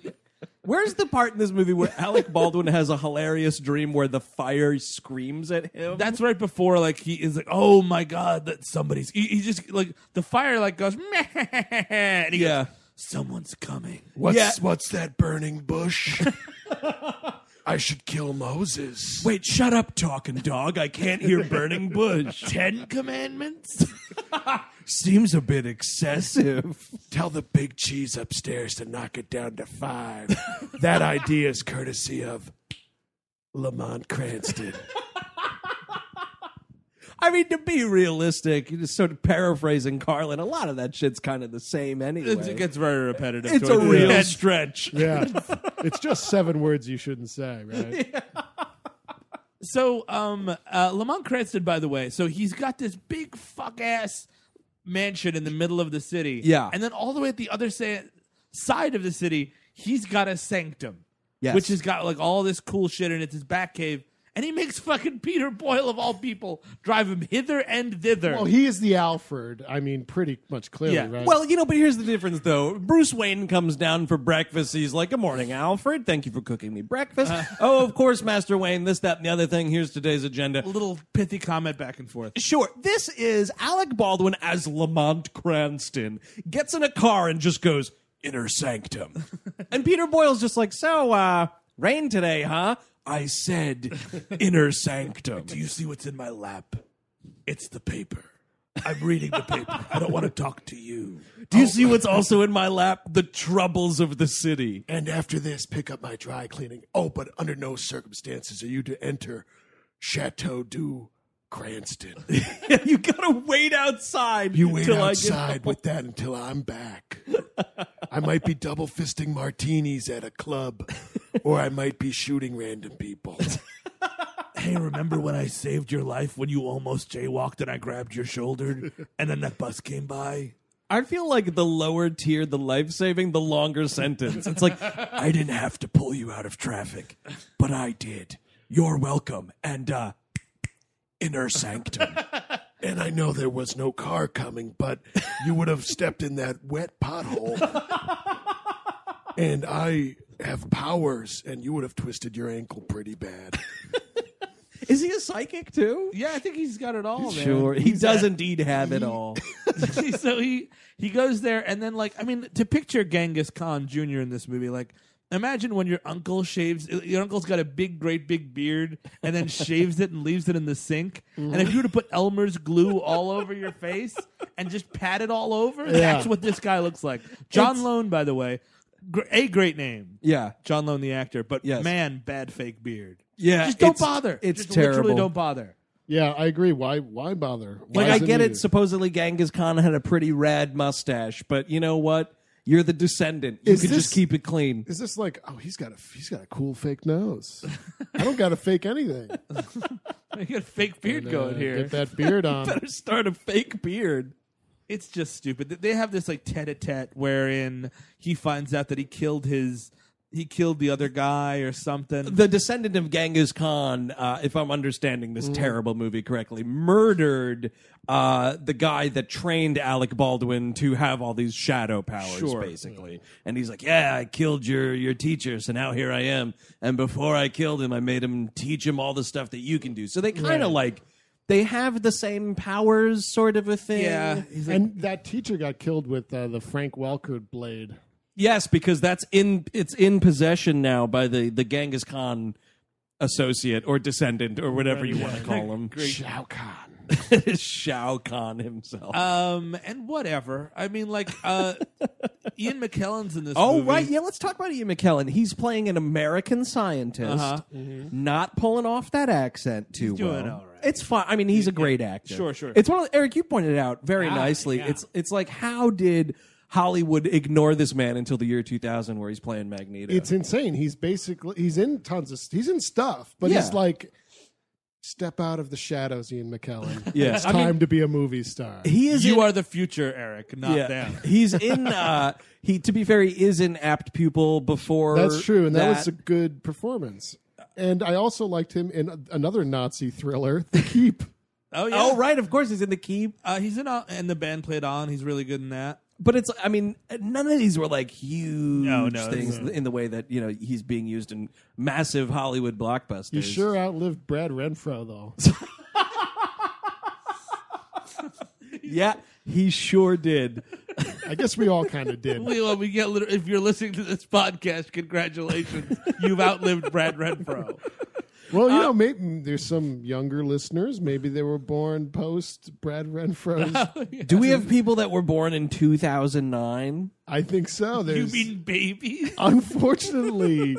where's the part in this movie where Alec Baldwin has a hilarious dream where the fire screams at him?
That's right before like he is like, oh my god, that somebody's. He, he just like the fire like goes, and he
Yeah.
goes, someone's coming.
What's
Yeah.
what's that burning bush? I should kill Moses.
Wait, shut up, talking dog. I can't hear burning bush.
Ten commandments.
Seems a bit excessive.
Tell the big cheese upstairs to knock it down to five. that idea is courtesy of Lamont Cranston.
I mean, to be realistic, you're just sort of paraphrasing Carlin. A lot of that shit's kind of the same anyway.
It gets very repetitive.
It's
towards
a
the
real
end.
stretch.
Yeah. it's just seven words you shouldn't say, right?
So, um, uh, Lamont Cranston, by the way, so he's got this big fuck ass mansion in the middle of the city.
Yeah.
And then all the way at the other sa- side of the city, he's got a sanctum.
Yes.
Which has got like all this cool shit in it, his back cave. And he makes fucking Peter Boyle, of all people, drive him hither and thither.
Well, he is the Alfred. I mean, pretty much clearly,
Yeah.
right?
Well, you know, but here's the difference, though. Bruce Wayne comes down for breakfast. He's like, Good morning, Alfred. Thank you for cooking me breakfast.
Uh.
oh, of course, Master Wayne, this, that, and the other thing. Here's today's agenda.
a little pithy comment back and forth.
Sure. This is Alec Baldwin as Lamont Cranston gets in a car and just goes inner sanctum, and Peter Boyle's just like, "So, uh, rain today, huh?" I said inner sanctum.
Do you see what's in my lap? It's the paper. I'm reading the paper. I don't want to talk to you.
Do you
Oh.
see what's also in my lap? The troubles of the city.
And after this, pick up my dry cleaning. Oh, but under no circumstances are you to enter Chateau du Cranston.
you gotta wait outside.
You wait
till I
outside
get
with that until I'm back. I might be double fisting martinis at a club, or I might be shooting random people.
Hey, remember when I saved your life when you almost jaywalked and I grabbed your shoulder and then that bus came by?
I feel like the lower tier, the life saving, the longer sentence. It's like
I didn't have to pull you out of traffic, but I did. You're welcome. And uh inner sanctum.
And I know there was no car coming, but you would have stepped in that wet pothole. And I have powers, and you would have twisted your ankle pretty bad.
Is he a psychic too?
Yeah, I think he's got it all, man.
Sure. He does indeed have it all.
so he he goes there and then like I mean to picture Genghis Khan Jr. in this movie like imagine when your uncle shaves your uncle's got a big great big beard and then shaves it and leaves it in the sink and if you were to put Elmer's glue all over your face and just pat it all over that's what this guy looks like John Lone by the way gr- a great name
Yeah.
John Lone the actor but
Yes.
man bad fake beard
Yeah,
just don't
it's-
bother
it's
Just literally
terrible.
don't bother
yeah, I agree. Why? Why bother? Why
Like I
is
get it.
needed?
Supposedly Genghis Khan had a pretty rad mustache, but you know what? You're the descendant. You
Is
can just
this-
keep it clean.
is this like? Oh, he's got a he's got a cool fake nose. I don't got to fake anything.
you got a fake beard
And, uh,
going here
Get that beard on.
Start a fake beard.
it's just stupid. They have this like tete a tete wherein he finds out that he killed his he killed the other guy or something.
The descendant of Genghis Khan, uh, if I'm understanding this terrible movie correctly, murdered uh, the guy that trained Alec Baldwin to have all these shadow powers, basically. And he's like, "Yeah, I killed your your teacher, so now here I am. And before I killed him, I made him teach him all the stuff that you can do." So they kind of like they have the same powers, sort of a thing.
yeah, he's like,
And that teacher got killed with uh, the Frank Welker blade.
Yes, because that's in it's in possession now by the the Genghis Khan associate or descendant or whatever you want to call him.
Shao Kahn.
Shao Kahn himself.
um, and whatever. I mean, like uh, Ian McKellen's in this.
oh
movie.
right, yeah. Let's talk about Ian McKellen. He's playing an American scientist, Mm-hmm.
Uh-huh.
not pulling off that accent too
doing
well.
all right.
It's fine. I mean, he's a great actor.
Sure, sure.
It's one of the, Eric. You pointed it out very nicely. It's it's like how did Hollywood ignore this man until the year 2000, where he's playing Magneto?
It's insane. He's basically he's in tons of he's in stuff, but
Yeah.
he's like step out of the shadows, Ian McKellen.
Yeah.
it's
I
time
mean-
to be a movie star.
he is
you
in-
are the future, Eric, not them.
He's in uh he to be fair, he is an apt pupil before
That's true, and that, was a good performance. And I also liked him in another Nazi thriller, The Keep.
Oh yeah.
Oh right, of course he's in the keep.
Uh, he's in all, and the band played on. He's really good in that.
But it's I mean, none of these were like huge
No, no,
things in the way that, you know, he's being used in massive Hollywood blockbusters.
You sure outlived Brad Renfro, though.
Yeah, he sure did.
I guess we all kind of did.
We, well, we get lit- if you're listening to this podcast, congratulations, you've outlived Brad Renfro.
Well, you know, maybe there's some younger listeners. Maybe they were born post Brad Renfro's.
Do we have people that were born in 2009?
I think so.
You
There's
mean babies?
unfortunately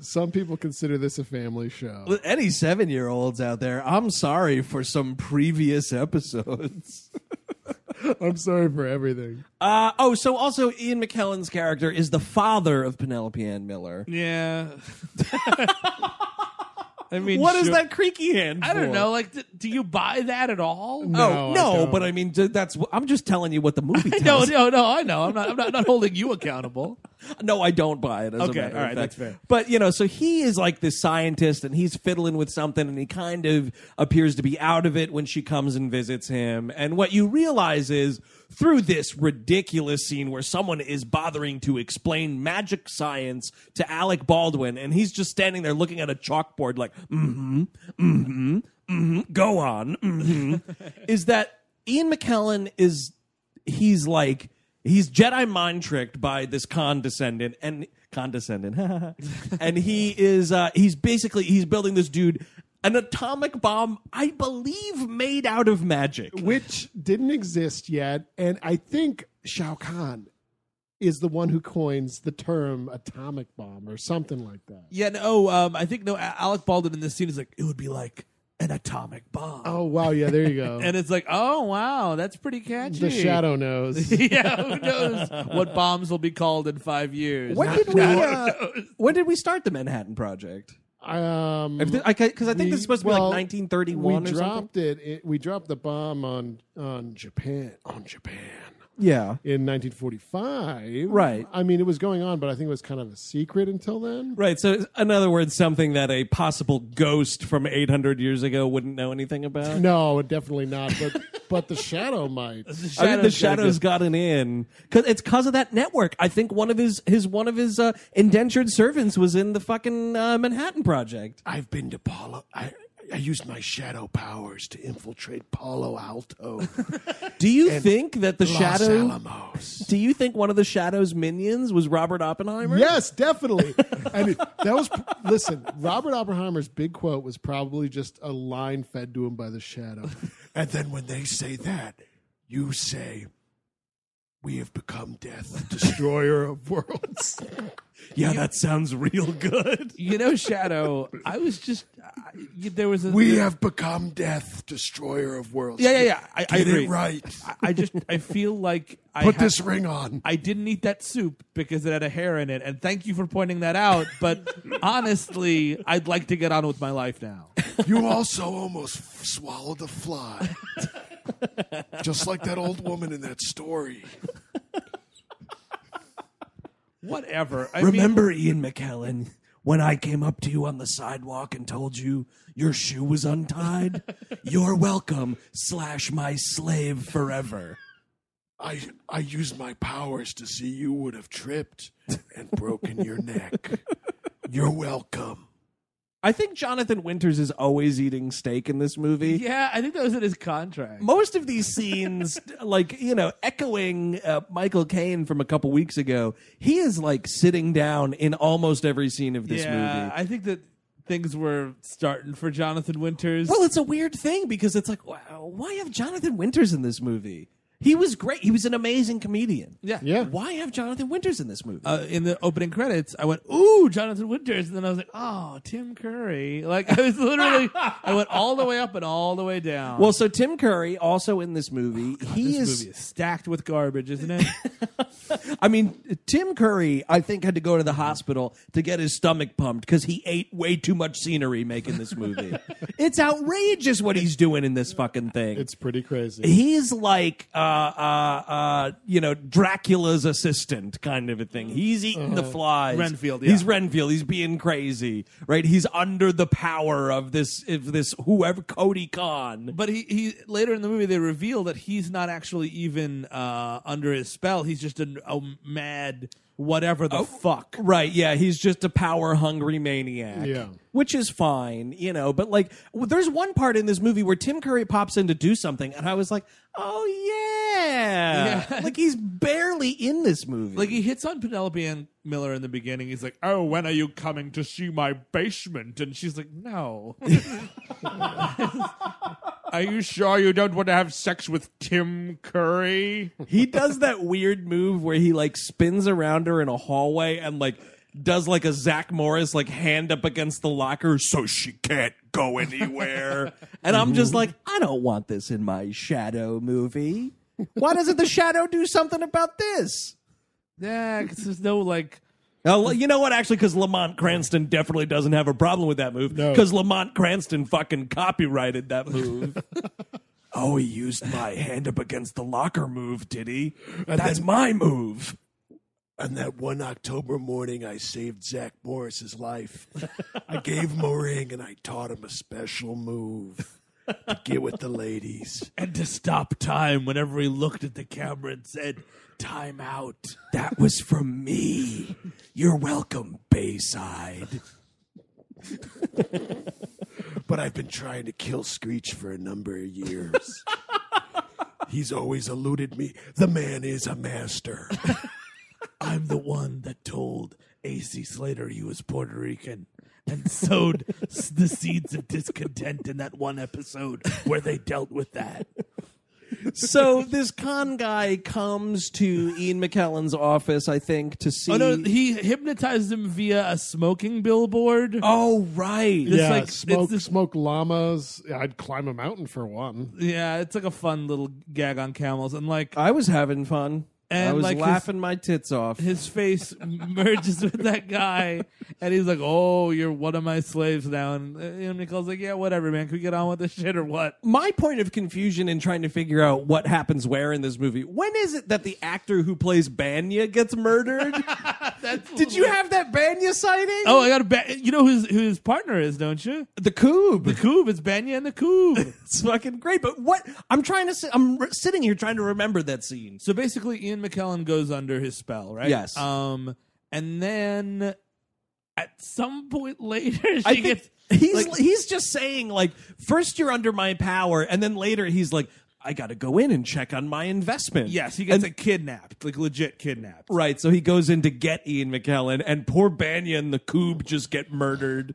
Some people consider this a family show.
With any seven year olds out there, I'm sorry for some previous episodes.
I'm sorry for everything.
Uh, oh, so also Ian McKellen's character is the father of Penelope Ann Miller.
Yeah. I mean,
What is
sure.
that creaky hand?
I don't
for?
know. Like, d do you buy that at all?
Oh
I
no,
don't.
but I mean d- that's. wh- I'm just telling you what the movie. Tells.
No, no, no. I know. I'm not. I'm not, not holding you accountable.
No, I don't buy it. As
Okay,
a matter
all
of
right,
fact.
that's fair.
But you know, so he is like this scientist, and he's fiddling with something, and he kind of appears to be out of it when she comes and visits him. And what you realize is through this ridiculous scene where someone is bothering to explain magic science to Alec Baldwin, and he's just standing there looking at a chalkboard, like, mm-hmm, mm-hmm, mm-hmm, go on, mm-hmm, is that Ian McKellen is he's like he's Jedi mind tricked by this condescendent and condescendent, and he is uh, he's basically he's building this dude an atomic bomb, I believe, made out of magic.
Which didn't exist yet, and I think Shao Kahn is the one who coins the term atomic bomb or something like that.
Yeah. No. Um. I think no. A- Alec Baldwin in this scene is like it would be like an atomic bomb,
Oh wow, yeah, there you go.
and it's like, oh wow, that's pretty catchy.
the shadow knows.
yeah. Who knows what bombs will be called in five years?
When did we uh, when did we start the Manhattan Project?
um,
Because I, 'cause I think this is supposed to be
well,
like 1931
we
or something.
dropped it, it. We dropped the bomb on on Japan on Japan
Yeah.
in 1945.
Right.
I mean, it was going on, but I think it was kind of a secret until then.
Right. So, in other words, something that a possible ghost from 800 years ago wouldn't know anything about.
No, definitely not. But but the shadow might.
I think the shadows gotten in because it's because of that network. I think one of his his one of his uh, indentured servants was in the fucking uh, Manhattan Project.
I've been to Palo. I, I used my shadow powers to infiltrate Palo Alto,
Do you think that the
Los
shadow?
Alamos.
Do you think one of the shadow's minions was Robert Oppenheimer?
Yes, definitely. and it, that was listen. Robert Oppenheimer's big quote was probably just a line fed to him by the shadow.
And then when they say that, you say, "We have become death, destroyer of worlds."
Yeah, that sounds real good.
you know, Shadow. I was just. I, you- there was a.
we have become death, destroyer of worlds.
Yeah, yeah, yeah. I, I
Get
agree.
it right.
I- I just. I feel like. I
Put
have-
this ring on.
I didn't eat that soup because it had a hair in it, and thank you for pointing that out. But honestly, I'd like to get on with my life now.
You also almost f- swallowed a fly. Just like that old woman in that story.
Whatever. I
Remember, Ian McKellen, when I came up to you on the sidewalk and told you your shoe was untied? You're welcome. Slash my slave forever.
I I used my powers to see you would have tripped and broken your neck. You're welcome.
I think Jonathan Winters is always eating steak in this movie.
mean, yeah, I think that was in his contract.
Most of these scenes, like, you know, echoing uh, Michael Caine from a couple weeks ago, he is like sitting down in almost every scene of this
yeah,
movie.
I think that things were starting for Jonathan Winters.
Well, it's a weird thing because it's like, wow, why have Jonathan Winters in this movie? He was great. He was an amazing comedian.
yeah,
Yeah.
Why have Jonathan Winters in this movie?
Uh, in the opening credits, I went, "Ooh, Jonathan Winters," and then I was like, "Oh, Tim Curry!" Like I was literally, I went all the way up and all the way down.
well, so Tim Curry also in this movie. he
this
is,
movie is stacked with garbage, isn't it?
I mean, Tim Curry, I think, had to go to the hospital to get his stomach pumped because he ate way too much scenery making this movie. it's outrageous what he's doing in this fucking thing.
It's pretty crazy.
he's like, uh, uh, uh, you know, Dracula's assistant kind of a thing. He's eating the flies.
Uh-huh. Renfield,
He's
yeah.
Renfield. He's being crazy, right? He's under the power of this, of this whoever, Cody Khan.
But he, he later in the movie they reveal that he's not actually even uh, under his spell. He's just a, a mad whatever the fuck.
Right, yeah, he's just a power hungry maniac.
Yeah.
Which is fine, you know, but like w- there's one part in this movie where Tim Curry pops in to do something and I was like, "Oh yeah."
Yeah.
Like he's barely in this movie.
Like he hits on Penelope Ann Miller in the beginning. He's like, "Oh, when are you coming to see my basement?" And she's like, "No." are you sure you don't want to have sex with Tim Curry?
he does that weird move where he like spins around her in a hallway and like does like a Zach Morris like hand up against the locker so she can't go anywhere. and I'm just like, I don't want this in my shadow movie. Why doesn't the shadow do something about this?
Yeah, because there's no like.
Now, you know what? Actually, because Lamont Cranston definitely doesn't have a problem with that move.
No.
Because Lamont Cranston fucking copyrighted that move. oh, he used my hand up against the locker move, did he? That's my move.
And that one October morning, I saved Zach Morris's life. I gave him a ring and I taught him a special move to get with the ladies.
And to stop time whenever he looked at the camera and said, time out.
That was from me. You're welcome, Bayside.
But I've been trying to kill Screech for a number of years. He's always eluded me. The man is a master.
I'm the one that told A.C. Slater he was Puerto Rican and sowed s- the seeds of discontent in that one episode where they dealt with that.
so this con guy comes to Ian McKellen's office, I think, to see.
Oh, no, he hypnotized him via a smoking billboard.
Oh, right.
It's
yeah,
like- it's
smoke
this-
smoke llamas. Yeah, I'd climb a mountain for one.
Yeah, it's like a fun little gag on camels. And like
I was having fun.
And
I was
like his-
laughing my tits off.
his face merges with that guy, and he's like, "Oh, you're one of my slaves now." And, uh, and Nicole's like, "Yeah, whatever, man. Can we get on with this shit or what?"
my point of confusion in trying to figure out what happens where in this movie. When is it that the actor who plays Banya gets murdered? Did you have that Banya sighting?
Oh, I got a ba- you know who's who his partner is, don't you?
the Coob.
The Coob. It's Banya and the Coob.
It's fucking great. But what I'm trying to, si- I'm re- sitting here trying to remember that scene.
so basically, Ian McKellen goes under his spell, right?
Yes.
Um, and then at some point later, she
I think
gets.
he's
like-
he's just saying like first you're under my power, and then later he's like I got to go in and check on my investment.
Yes, he gets like, kidnapped, like legit kidnapped.
Right, so he goes in to get Ian McKellen, and poor Banya and the Coob just get murdered,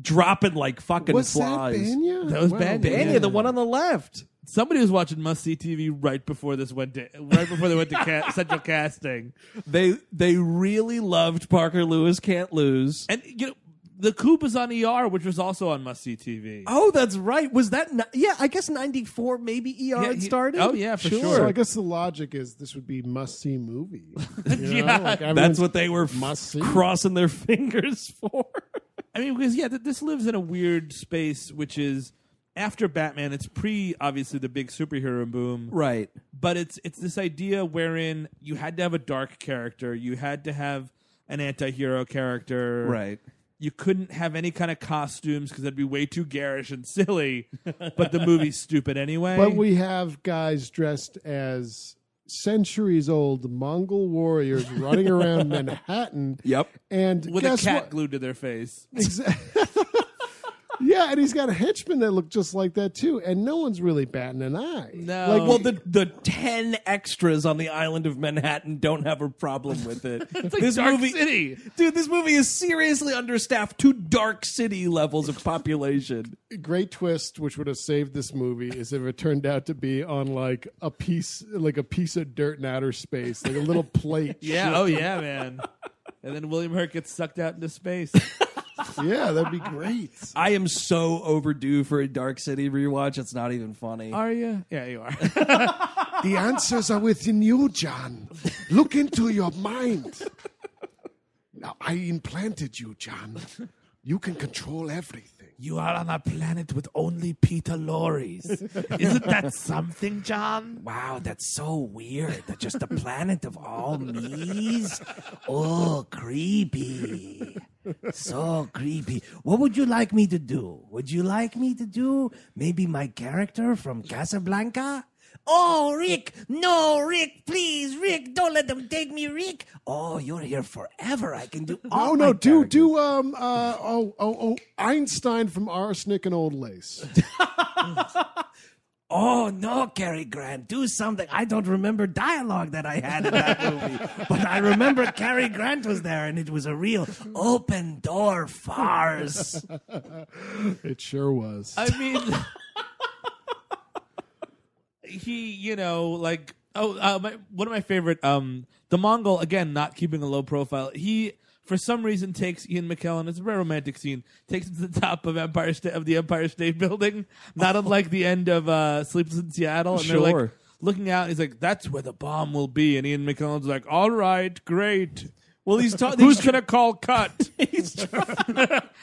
dropping like fucking
Was that
flies.
Banya?
That was Banya.
Banya, the one on the left.
Somebody was watching must see TV right before this went to right before they went to ca- central casting.
They they really loved Parker Lewis can't lose.
And you know, the coup was on ER, which was also on must see TV.
Oh, that's right. Was that ni- yeah? I guess ninety four, maybe ER
Yeah,
had
he-
started.
oh, yeah, for
So
sure.
I guess the logic is this would be must see movie. You know?
Yeah.
Like, everyone's-
that's what they were f-
Must see.
crossing their fingers for.
I mean, because yeah, th- this lives in a weird space, which is after Batman. It's pre obviously the big superhero boom,
right.
but it's it's this idea wherein you had to have a dark character, you had to have an anti-hero character,
Right.
You couldn't have any kind of costumes because that'd be way too garish and silly. but the movie's stupid anyway.
But we have guys dressed as centuries old Mongol warriors running around Manhattan.
Yep.
And
with a
guess
cat
what?
glued to their face.
Exa- yeah, and he's got a henchman that looked just like that too, and no one's really batting an eye.
No.
Like,
Well, the the ten extras on the island of Manhattan don't have a problem with it. this
Dark City.
dude, this movie is seriously understaffed to Dark City levels of population.
great twist, which would have saved this movie, is if it turned out to be on like a piece, like a piece of dirt in outer space, like a little plate.
Yeah. Oh yeah, man. And then William Hurt gets sucked out into space.
yeah, that'd be great.
I am so overdue for a Dark City rewatch. It's not even funny.
Are you? Yeah, you are.
The answers are within you, John. Look into your mind. Now, I implanted you, John. You can control everything.
you are on a planet with only Peter Lorries. Isn't that something, John?
Wow, that's so weird. That's just a planet of all me's. Oh, creepy. So creepy. What would you like me to do? Would you like me to do maybe my character from Casablanca? Oh, Rick! No, Rick! Please, Rick! Don't let them take me, Rick! Oh, you're here forever. I can do all
Oh no,
my
do
characters.
do um uh oh oh oh Einstein from Arsenic and Old Lace.
Oh no, Cary Grant, do something. I don't remember dialogue that I had in that movie, but I remember Cary Grant was there and it was a real open door farce.
It sure was.
I mean, he, you know, like oh, uh, my, one of my favorite, um, the Mongol again, not keeping a low profile. He for some reason takes Ian McKellen. It's a very romantic scene. Takes him to the top of Empire State of the Empire State Building, not unlike the end of uh, Sleepless in Seattle. And they're like
Sure.
looking out. And he's like, "That's where the bomb will be." And Ian McKellen's like, "All right, great."
Well, he's talking.
Who's gonna call cut?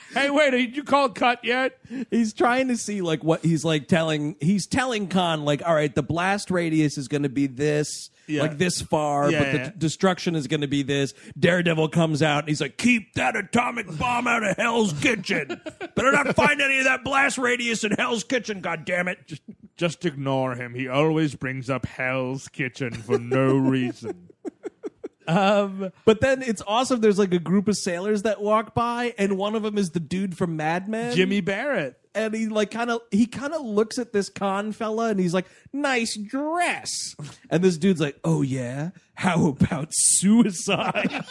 hey, wait! Did you call cut yet?
he's trying to see like what he's like telling he's telling Khan like all right the blast radius is going to be this
Yeah.
like this far
Yeah,
but the
yeah.
destruction is going to be this Daredevil comes out and he's like keep that atomic bomb out of Hell's Kitchen better not find any of that blast radius in Hell's Kitchen god damn it Just-
Just ignore him. He always brings up Hell's Kitchen for no reason.
but then it's awesome there's like a group of sailors that walk by and one of them is the dude from Mad Men
Jimmy Barrett.
and he like kind of he kind of looks at this con fella and he's like nice dress and this dude's like oh yeah how about suicide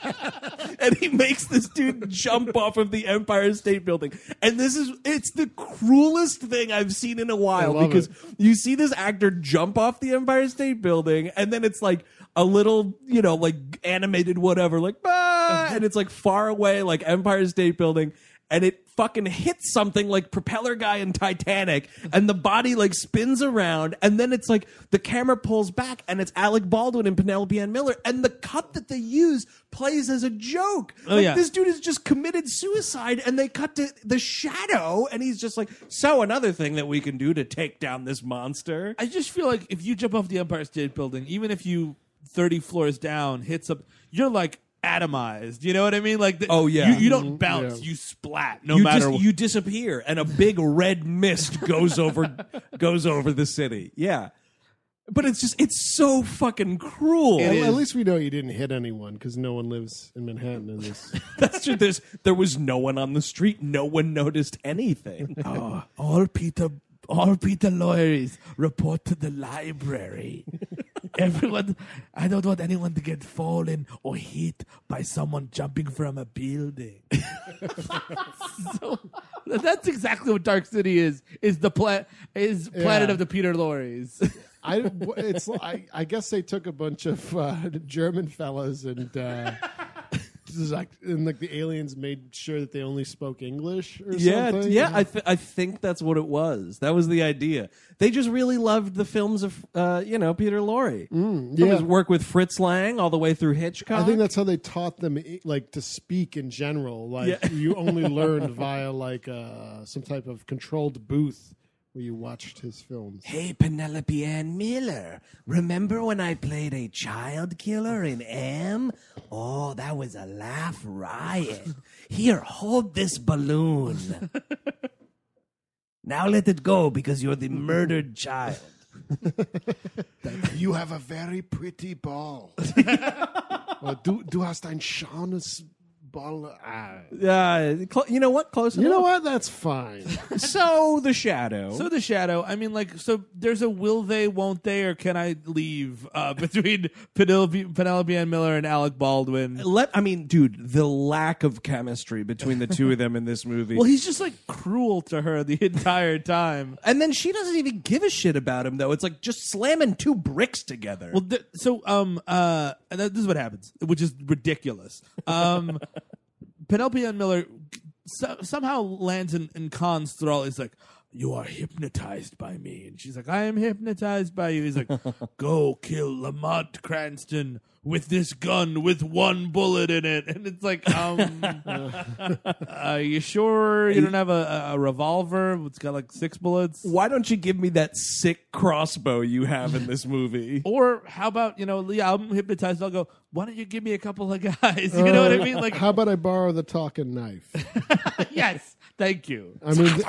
and he makes this dude jump off of the empire state building and this is it's the cruelest thing i've seen in a while
love
because
it.
you see this actor jump off the empire state building and then it's like a little you know like animated whatever like "Ah," and it's like far away like empire state building and it fucking hits something like propeller guy in titanic and the body like spins around and then it's like the camera pulls back and it's alec baldwin and penelope ann miller and the cut that they use plays as a joke oh, like
yeah.
this dude has just committed suicide and they cut to the shadow and he's just like so another thing that we can do to take down this monster
I just feel like if you jump off the Empire State Building, even if you thirty floors down hits up, you're like atomized. You know what I mean? Like, the,
Oh, yeah.
you, you don't bounce,
yeah.
you splat. No
you
matter
dis-
what.
you disappear and a big red mist goes over goes over the city yeah but it's just it's so fucking cruel
At, at least we know you didn't hit anyone because no one lives in Manhattan in this.
that's true there's there was no one on the street no one noticed anything
Ah, all Peter, all Peter lawyers report to the library. Everyone, I don't want anyone to get fallen or hit by someone jumping from a building. so, that's exactly what Dark City is. Is the pla- is Planet
Yeah.
of the Peter Lorries.
I, it's, I, I guess they took a bunch of uh, German fellas and. Uh, this is like, and like the aliens made sure that they only spoke English or
yeah
something.
yeah I, th- I think that's what it was that was the idea they just really loved the films of uh, you know peter lorre
Mm,
From
yeah.
his work with fritz lang all the way through hitchcock
I think that's how they taught them i- like to speak in general. Like
Yeah.
you only learned via like uh, some type of controlled booth where you watched his films.
Hey, Penelope Ann Miller, remember when I played a child killer in M? Oh, that was a laugh riot. Here, hold this balloon. now let it go because you're the murdered child.
You have a very pretty ball.
Uh, du, du hast ein schönes Ball. Ah.
Uh, cl- you know what? Close
You know what? That's fine.
So the shadow.
So the shadow. I mean, like, so there's a will they, won't they, or can I leave uh, between Penelope, Penelope Ann Miller and Alec Baldwin?
let I mean, dude, the lack of chemistry between the two of them in this movie.
Well, he's just like cruel to her the entire time.
and then she doesn't even give a shit about him, though. It's like just slamming two bricks together.
Well, th- so um uh, and th- this is what happens, which is ridiculous. Um, Penelope Ann Miller so- somehow lands in, in Khan's thrall. He's like, "You are hypnotized by me," and she's like, "I am hypnotized by you." He's like, "Go kill Lamont Cranston." With this gun, with one bullet in it, and it's like, um, are you sure you don't have a, a revolver? It's got like six bullets.
why don't you give me that sick crossbow you have in this movie?
Or how about you know, Lee, I'm hypnotized. I'll go. Why don't you give me a couple of guys? You know what I
Um,
mean? Like,
Uh, how about I borrow the talking knife?
yes, thank you.
I mean, th-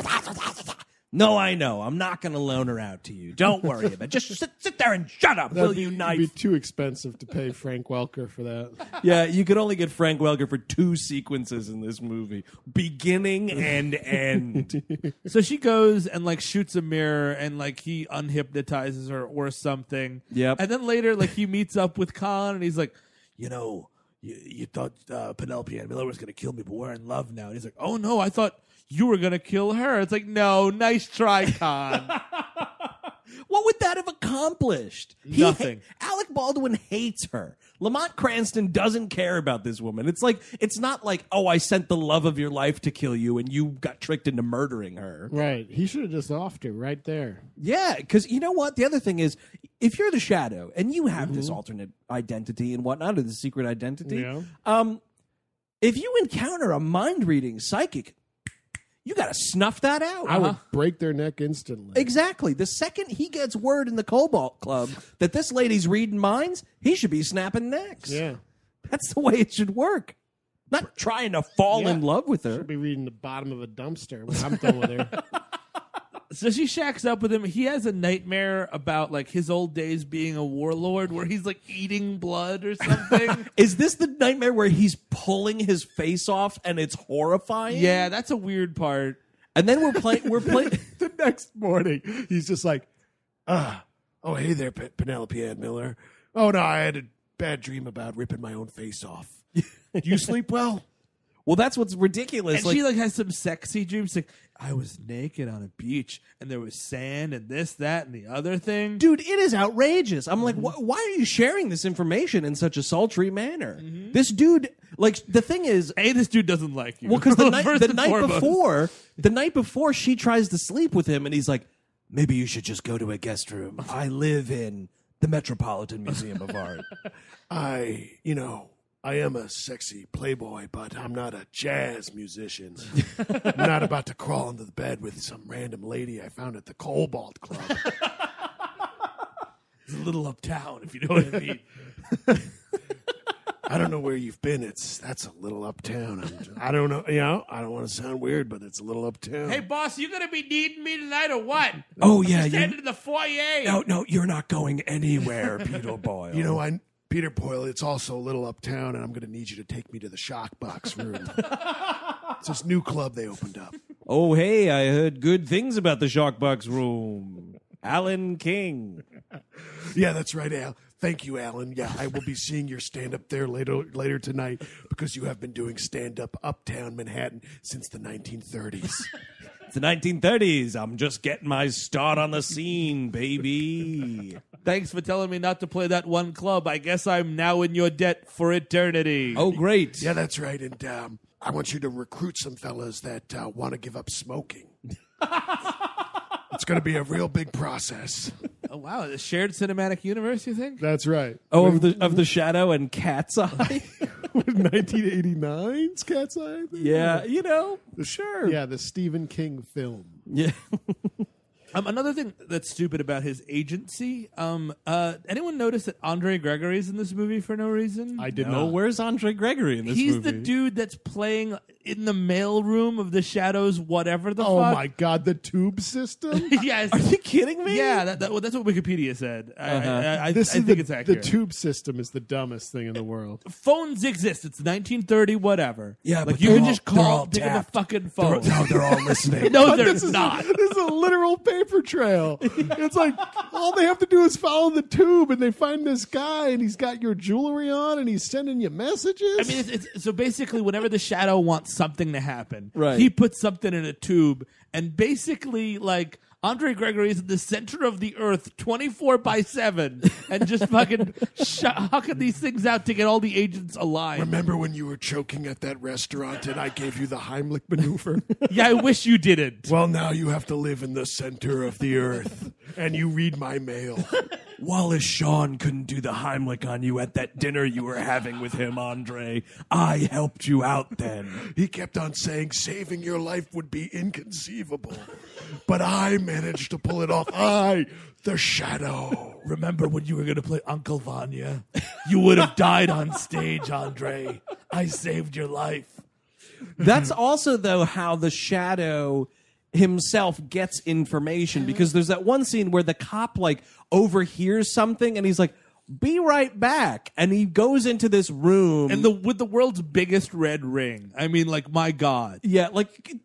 no, I know. I'm not going to loan her out to you. Don't worry about it. Just sit, sit there and shut up, will
that'd
you,
be-
knife?
It'd be too expensive to pay Frank Welker for that.
yeah, you could only get Frank Welker for two sequences in this movie beginning and end.
So she goes and like shoots a mirror, and like he unhypnotizes her or something.
Yep.
And then later, like he meets up with Khan, and he's like,
You know, you, you thought uh, Penelope Ann Miller was going to kill me, but we're in love now.
and he's like, "Oh no, I thought you were gonna kill her." It's like, "No, nice try, Khan."
what would that have accomplished? He
Nothing.
ha- Alec Baldwin hates her. Lamont Cranston doesn't care about this woman. It's like it's not like, oh, I sent the love of your life to kill you and you got tricked into murdering her.
Right. He should have just offed her right there.
Yeah, because you know what? The other thing is, if you're the shadow and you have this alternate identity and whatnot, or the secret identity,
Mm-hmm. Yeah.
um, if you encounter a mind reading psychic, you got to snuff that out.
I
Uh-huh.
would break their neck instantly.
Exactly. The second he gets word in the Cobalt Club that this lady's reading minds, he should be snapping necks.
Yeah.
That's the way it should work. Not trying to fall
Yeah.
in love with her.
Should be reading the bottom of a dumpster when I'm done with her.
So she shacks up with him. He has a nightmare about like his old days being a warlord, where he's like eating blood or something.
Is this the nightmare where he's pulling his face off and it's horrifying?
yeah, that's a weird part.
And then we're playing we're playing
the next morning, he's just like, ah, oh, hey there, Pe- Penelope Ann Miller. Oh, no, I had a bad dream about ripping my own face off. Do you sleep well?
Well, that's what's ridiculous.
and
like,
she like has some sexy dreams, like I was naked on a beach and there was sand and this, that, and the other thing.
dude, it is outrageous. I'm like, wh- why are you sharing this information in such a sultry manner? This dude, like, the thing is,
A, this dude doesn't like you.
well, because the night
First
the
and
night
foremost.
before, the night before, she tries to sleep with him, and he's like, maybe you should just go to a guest room. I live in the Metropolitan Museum of Art.
I, you know, I am a sexy playboy, but I'm not a jazz musician. I'm not about to crawl into the bed with some random lady I found at the Cobalt Club.
it's a little uptown, if you know what I mean.
I don't know where you've been. It's that's a little uptown. I'm just, I don't know. You know, I don't want to sound weird, but it's a little uptown.
hey, boss, you gonna be needing me tonight or what?
oh yeah,
Stand
you,
in the foyer.
no, no, you're not going anywhere, Peter Boyle.
you know, I Peter Boyle. It's also a little uptown, and I'm going to need you to take me to the shock box room. it's this new club they opened up.
Oh, hey, I heard good things about the Shockbox Room. Alan King.
Yeah, that's right, Al. Thank you, Alan. Yeah, I will be seeing your stand up there later later tonight because you have been doing stand up uptown Manhattan since the 1930s.
It's the 1930s. I'm just getting my start on the scene, baby.
Thanks for telling me not to play that one club. I guess I'm now in your debt for eternity.
Oh, great.
yeah, that's right. And um, I want you to recruit some fellas that uh, want to give up smoking. it's going to be a real big process.
Oh, wow, the shared cinematic universe. You think?
That's right.
Oh, of the of the shadow and cat's eye.
1989's Cat's Eye. I think?
yeah, you know.
Sure. Yeah, the Stephen King film.
Yeah.
Um, another thing that's stupid about his agency. Um, uh, anyone notice that Andre Gregory's in this movie for no reason?
I did
No,
not.
where's Andre Gregory in this
He's
movie?
the dude that's playing in the mailroom of the shadows, whatever the
Oh
fuck.
my god, the tube system.
yes.
Are you kidding me?
Yeah, that, that, well, that's what Wikipedia said. I, I-
Uh-huh.
I, I,
This
I
is
think
the,
it's
the
accurate.
tube system is the dumbest thing in the world.
Phones exist. It's 1930, whatever.
Yeah,
like
but
you
they're
can
all-
just
they're
call,
all
pick up a
tapped.
fucking phone.
No, they're all listening.
no, they're not.
This is a literal paper trail. It's like all they have to do is follow the tube, and they find this guy, and he's got your jewelry on, and he's sending you messages.
I mean, it's, it's, so basically, whenever the shadow wants something to happen,
Right.
he puts something in a tube, and basically, like Andre Gregory is in the center of the earth, twenty four by seven, and just fucking sh- hucking these things out to get all the agents alive.
Remember when you were choking at that restaurant and I gave you the Heimlich maneuver?
yeah, I wish you didn't.
well, now you have to live in the center of the earth and you read my mail.
Wallace Shawn couldn't do the Heimlich on you at that dinner you were having with him, Andre. I helped you out then.
He kept on saying saving your life would be inconceivable, but I managed to pull it off. I, the shadow.
Remember when you were going to play Uncle Vanya? You would have died on stage, Andre. I saved your life.
That's
Mm.
also though how the shadow himself gets information because there's that one scene where the cop like overhears something and he's like be right back and he goes into this room
And the with the world's biggest red ring. I mean, like my god.
yeah like c-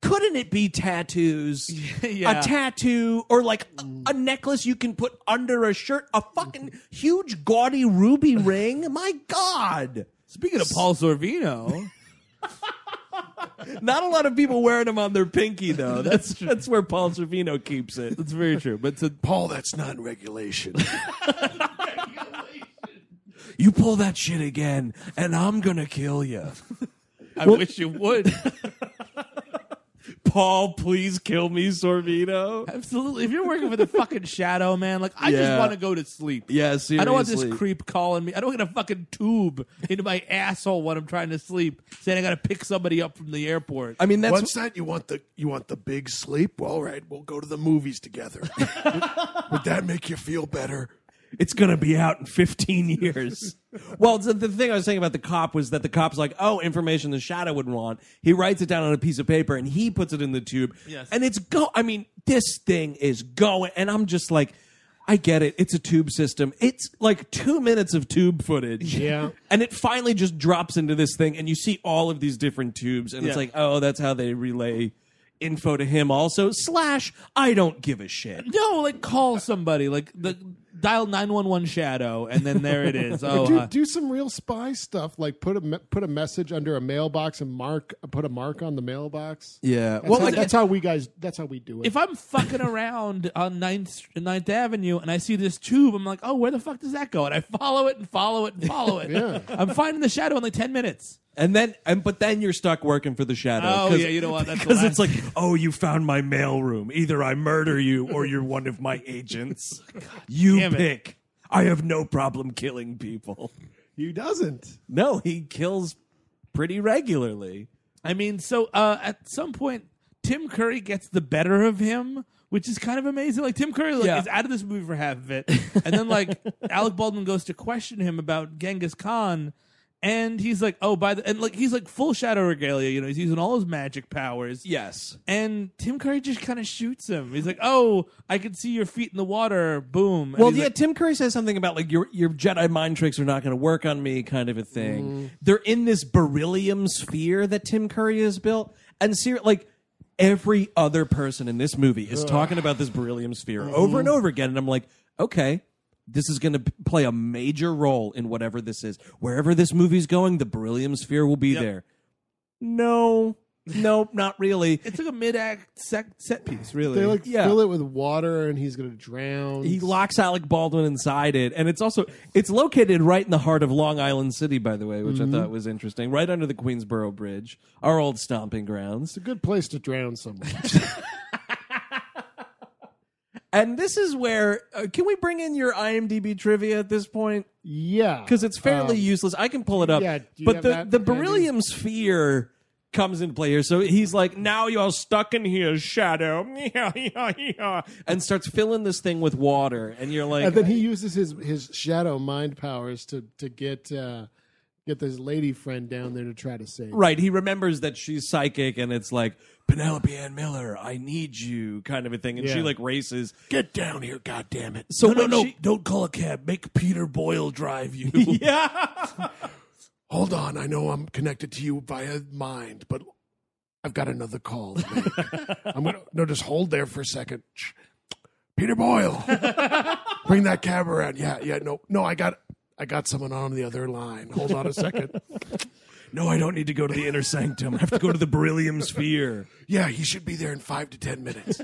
couldn't it be tattoos
Yeah. Mm.
a tattoo or like a, a necklace you can put under a shirt a fucking huge gaudy ruby ring my god
Speaking of Paul Sorvino.
not a lot of people wearing them on their pinky though that's that's where paul servino keeps it
That's very true. But so
Paul, that's not regulation.
you pull that shit again, and I'm gonna kill you.
I wish you would.
Paul, please kill me, Sorvino.
Absolutely. If you're working for the fucking shadow, man, like I
Yeah.
just want to go to sleep.
Yeah, seriously.
I don't want this creep calling me. I don't get a fucking tube into my asshole when I'm trying to sleep, saying I got to pick somebody up from the airport.
I mean, that's
What's that? You want the you want the big sleep? Well, all right, we'll go to the movies together. Would that make you feel better?
it's gonna be out in 15 years. well, the, the thing I was saying about the cop was that the cop's like, oh, information the shadow would want. He writes it down on a piece of paper and he puts it in the tube.
Yes.
And it's go. I mean, this thing is going, and I'm just like. I get it. It's a tube system. It's like two minutes of tube footage.
Yeah.
And it finally just drops into this thing, and you see all of these different tubes, and it's
Yeah.
like, oh, that's how they relay info to him, also. Slash, I don't give a shit.
no, like call somebody, like the dial nine one one shadow, and then there it is. Oh,
do,
uh,
do some real spy stuff, like put a me- put a message under a mailbox and mark put a mark on the mailbox.
Yeah.
That's well, how,
like-
that's how we guys. That's how we do it.
if I'm fucking around on 9th, 9th Avenue and I see this tube, I'm like, oh, where the fuck does that go? And I follow it and follow it and follow it.
Yeah.
I'm finding the shadow in like 10 minutes.
And then, and but then you're stuck working for the shadow.
Oh,
'cause-
yeah, you know what, that's the
because it's
last-
like, oh, you found my mailroom. Either I murder you, or you're one of my agents. you
damn it.
pick. I have no problem killing people.
He doesn't.
No, he kills pretty regularly.
I mean, so uh, at some point, Tim Curry gets the better of him, which is kind of amazing. Like Tim Curry like,
Yeah.
is out of this movie for half of it, and then like Alec Baldwin goes to question him about Genghis Khan, and he's like, "Oh, by the," and like he's like full shadow regalia. You know, he's using all his magic powers.
Yes.
And Tim Curry just kind of shoots him. He's like, "Oh, I can see your feet in the water." Boom. Um, And
Well,
he's
yeah,
like-
Tim Curry says something about like your your Jedi mind tricks are not going to work on me, kind of a
Mm-hmm.
thing. They're in this beryllium sphere that Tim Curry has built, and ser- like every other person in this movie is talking about this beryllium sphere
Mm-hmm.
over and over again, and I'm like, okay. This is going to play a major role in whatever this is. Wherever this movie's going, the beryllium sphere will be there. No, nope, not really.
it's like a mid-act sec- set piece, really.
they like
yeah.
fill it with water and he's gonna drown.
He locks Alec Baldwin inside it, and it's also it's located right in the heart of Long Island City, by the way, which
Mm-hmm.
I thought was interesting. Right under the Queensboro Bridge, our old stomping grounds.
it's a good place to drown someone.
And this is where uh, can we bring in your IMDb trivia at this point?
yeah,
Because it's fairly
Um,
useless. I can pull it up,
yeah, do you
but
have
the
that
the
handy?
beryllium sphere comes into play here. So he's like, "Now you're stuck in here, Shadow," and starts filling this thing with water, and you're like,
and then he uses his his shadow mind powers to to get uh, get this lady friend down there to try to save.
Right. He remembers that she's psychic and it's like, Penelope Ann Miller, I need you, kind of a thing. And she
Yeah.
like races.
Get down here, goddamn it!
So
no,
when
no,
she-
don't call a cab. Make Peter Boyle drive you.
Yeah.
Hold on, I know I'm connected to you via mind, but I've got another call. to make. I'm gonna no, just hold there for a second. Shh. Peter Boyle, bring that cab around. Yeah, yeah, no, no, I got, I got someone on the other line. Hold on a second.
No, I don't need to go to the inner sanctum. I have to go to the beryllium sphere.
Yeah, he should be there in five to ten minutes.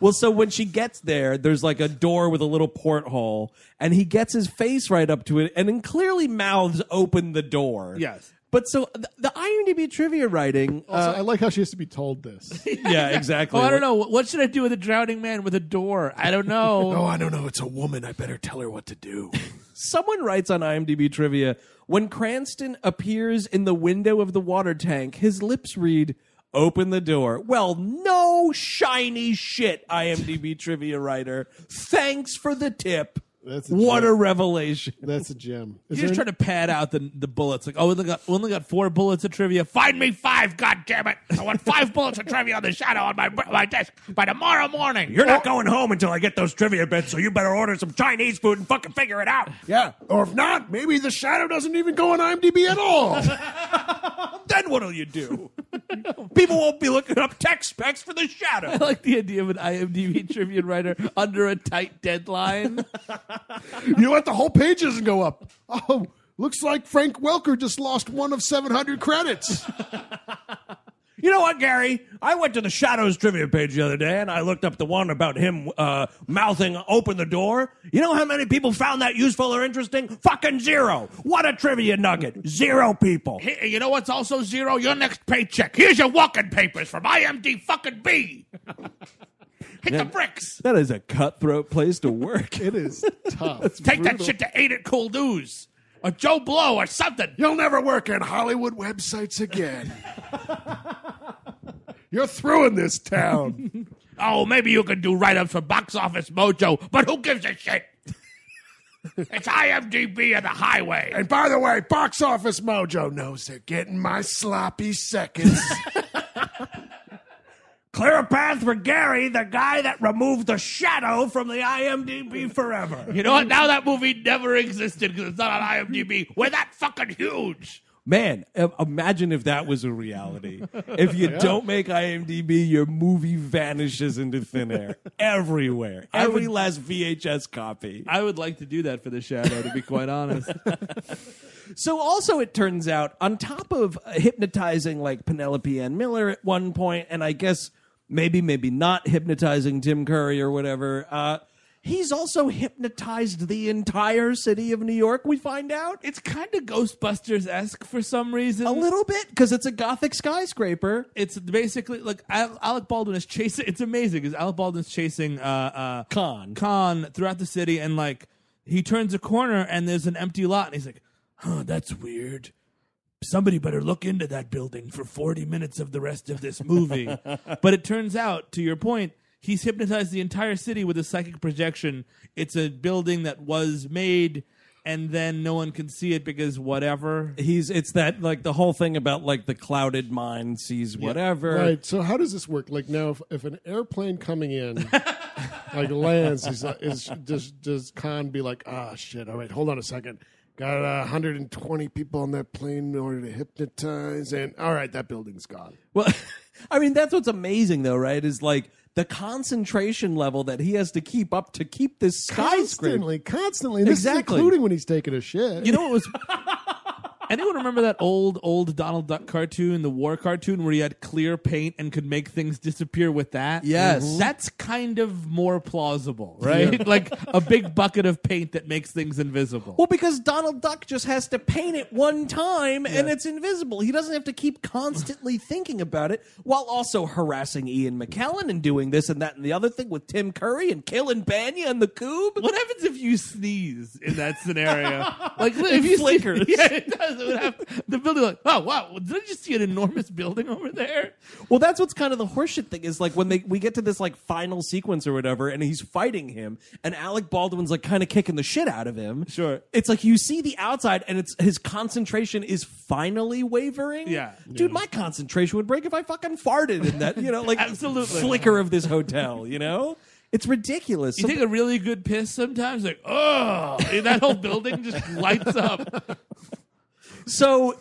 Well, so when she gets there, there's like a door with a little porthole, and he gets his face right up to it, and then clearly mouths open the door.
Yes.
But so the, the IMDb trivia writing.
Also,
uh,
I like how she has to be told this.
yeah, exactly.
Oh, I don't know. What should I do with a drowning man with a door? I don't know.
Oh, I don't know. It's a woman. I better tell her what to do.
Someone writes on IMDb trivia when Cranston appears in the window of the water tank, his lips read, Open the door. Well, no shiny shit, IMDb trivia writer. Thanks for the tip.
That's a
what
joke.
a revelation.
That's a gem. Is
You're just
there
trying to pad out the the bullets. Like, oh, we only got, we only got four bullets of trivia. Find me five, God damn it! I want five bullets of trivia on the shadow on my my desk by tomorrow morning.
You're not going home until I get those trivia bits, so you better order some Chinese food and fucking figure it out. Yeah.
or if not, maybe the shadow doesn't even go on IMDb at all.
Then what'll you do? People won't be looking up tech specs for the shadow.
I like the idea of an IMDb trivia writer under a tight deadline.
you know what? The whole page doesn't go up.
Oh, looks like Frank Welker just lost one of 700 credits.
You You know what, Gary? I went to the Shadows trivia page the other day and I looked up the one about him uh, mouthing "Open the door." You know how many people found that useful or interesting? Fucking zero. What a trivia nugget! Zero people.
Hey, you know what's also zero? Your next paycheck. Here's your walking papers from IMD fucking B. Hit the bricks.
That is a cutthroat place to work.
It is tough.
Take that shit to Ain't It Cool News or Joe Blow or something.
You'll never work in Hollywood websites again.
You're through in this town.
Oh, maybe you can do write ups for Box Office Mojo, but who gives a shit? it's IMDb and the highway.
And by the way, Box Office Mojo knows they're getting my sloppy seconds.
Clear a path for Gary, the guy that removed the shadow from the IMDb forever.
You know what? Now that movie never existed because it's not on IMDb. We're that fucking huge.
Man, im- imagine if that was a reality. If you don't make IMDb, your movie vanishes into thin air everywhere. Every last VHS copy.
I would like to do that for the shadow, to be quite honest.
So also it turns out on top of uh, hypnotizing like Penelope Ann Miller at one point and I guess maybe maybe not hypnotizing Tim Curry or whatever uh he's also hypnotized the entire city of New York we find out
it's kind of Ghostbusters esque for some reason.
a little bit cuz it's a gothic skyscraper
It's basically like Al- Alec Baldwin is chasing. It's amazing because Alec Baldwin's chasing uh, uh,
con
Khan throughout the city, and like he turns a corner and there's an empty lot, and he's like, "Huh, that's weird." Somebody better look into that building for 40 minutes of the rest of this movie. but it turns out, to your point, he's hypnotized the entire city with a psychic projection. It's a building that was made and then no one can see it because whatever.
he's it's that like the whole thing about like the clouded mind sees whatever
right. So how does this work? Like now, if, if an airplane coming in, like lands, is, is does does Khan be like, ah, shit? All right, hold on a second. Got uh, 120 people on that plane in order to hypnotize, and all right, that building's gone.
Well, I mean, that's what's amazing, though, right? Is like the concentration level that he has to keep up to keep this skyscraper.
Constantly, constantly. This is
Exactly.
including when he's taking a shit.
You know what was. Anyone remember that old, old Donald Duck cartoon, the war cartoon, where he had clear paint and could make things disappear with that? Mm-hmm.
Yes. Mhm.
That's kind of more plausible, right? like a big bucket of paint that makes things invisible.
Well, because Donald Duck just has to paint it one time and it's invisible. He doesn't have to keep constantly thinking about it while also harassing Ian McKellen and doing this and that and the other thing with Tim Curry and killing Banya and the Coob.
What happens if you sneeze in that scenario? like if you
flickers.
Sneeze, yeah, it does. It would have, the building like, oh wow, didn't you see an enormous building over there?
Well, that's what's kind of the horseshit thing is like when they we get to this like final sequence or whatever, and he's fighting him, and Alec Baldwin's like kind of kicking the shit out of him.
Sure.
it's like you see the outside, and it's his concentration is finally wavering.
Yeah.
dude, my concentration would break if I fucking farted in that you know like
Absolutely.
flicker of this hotel. You know, it's ridiculous.
You take a really good piss sometimes, like oh, and that whole building just lights up.
so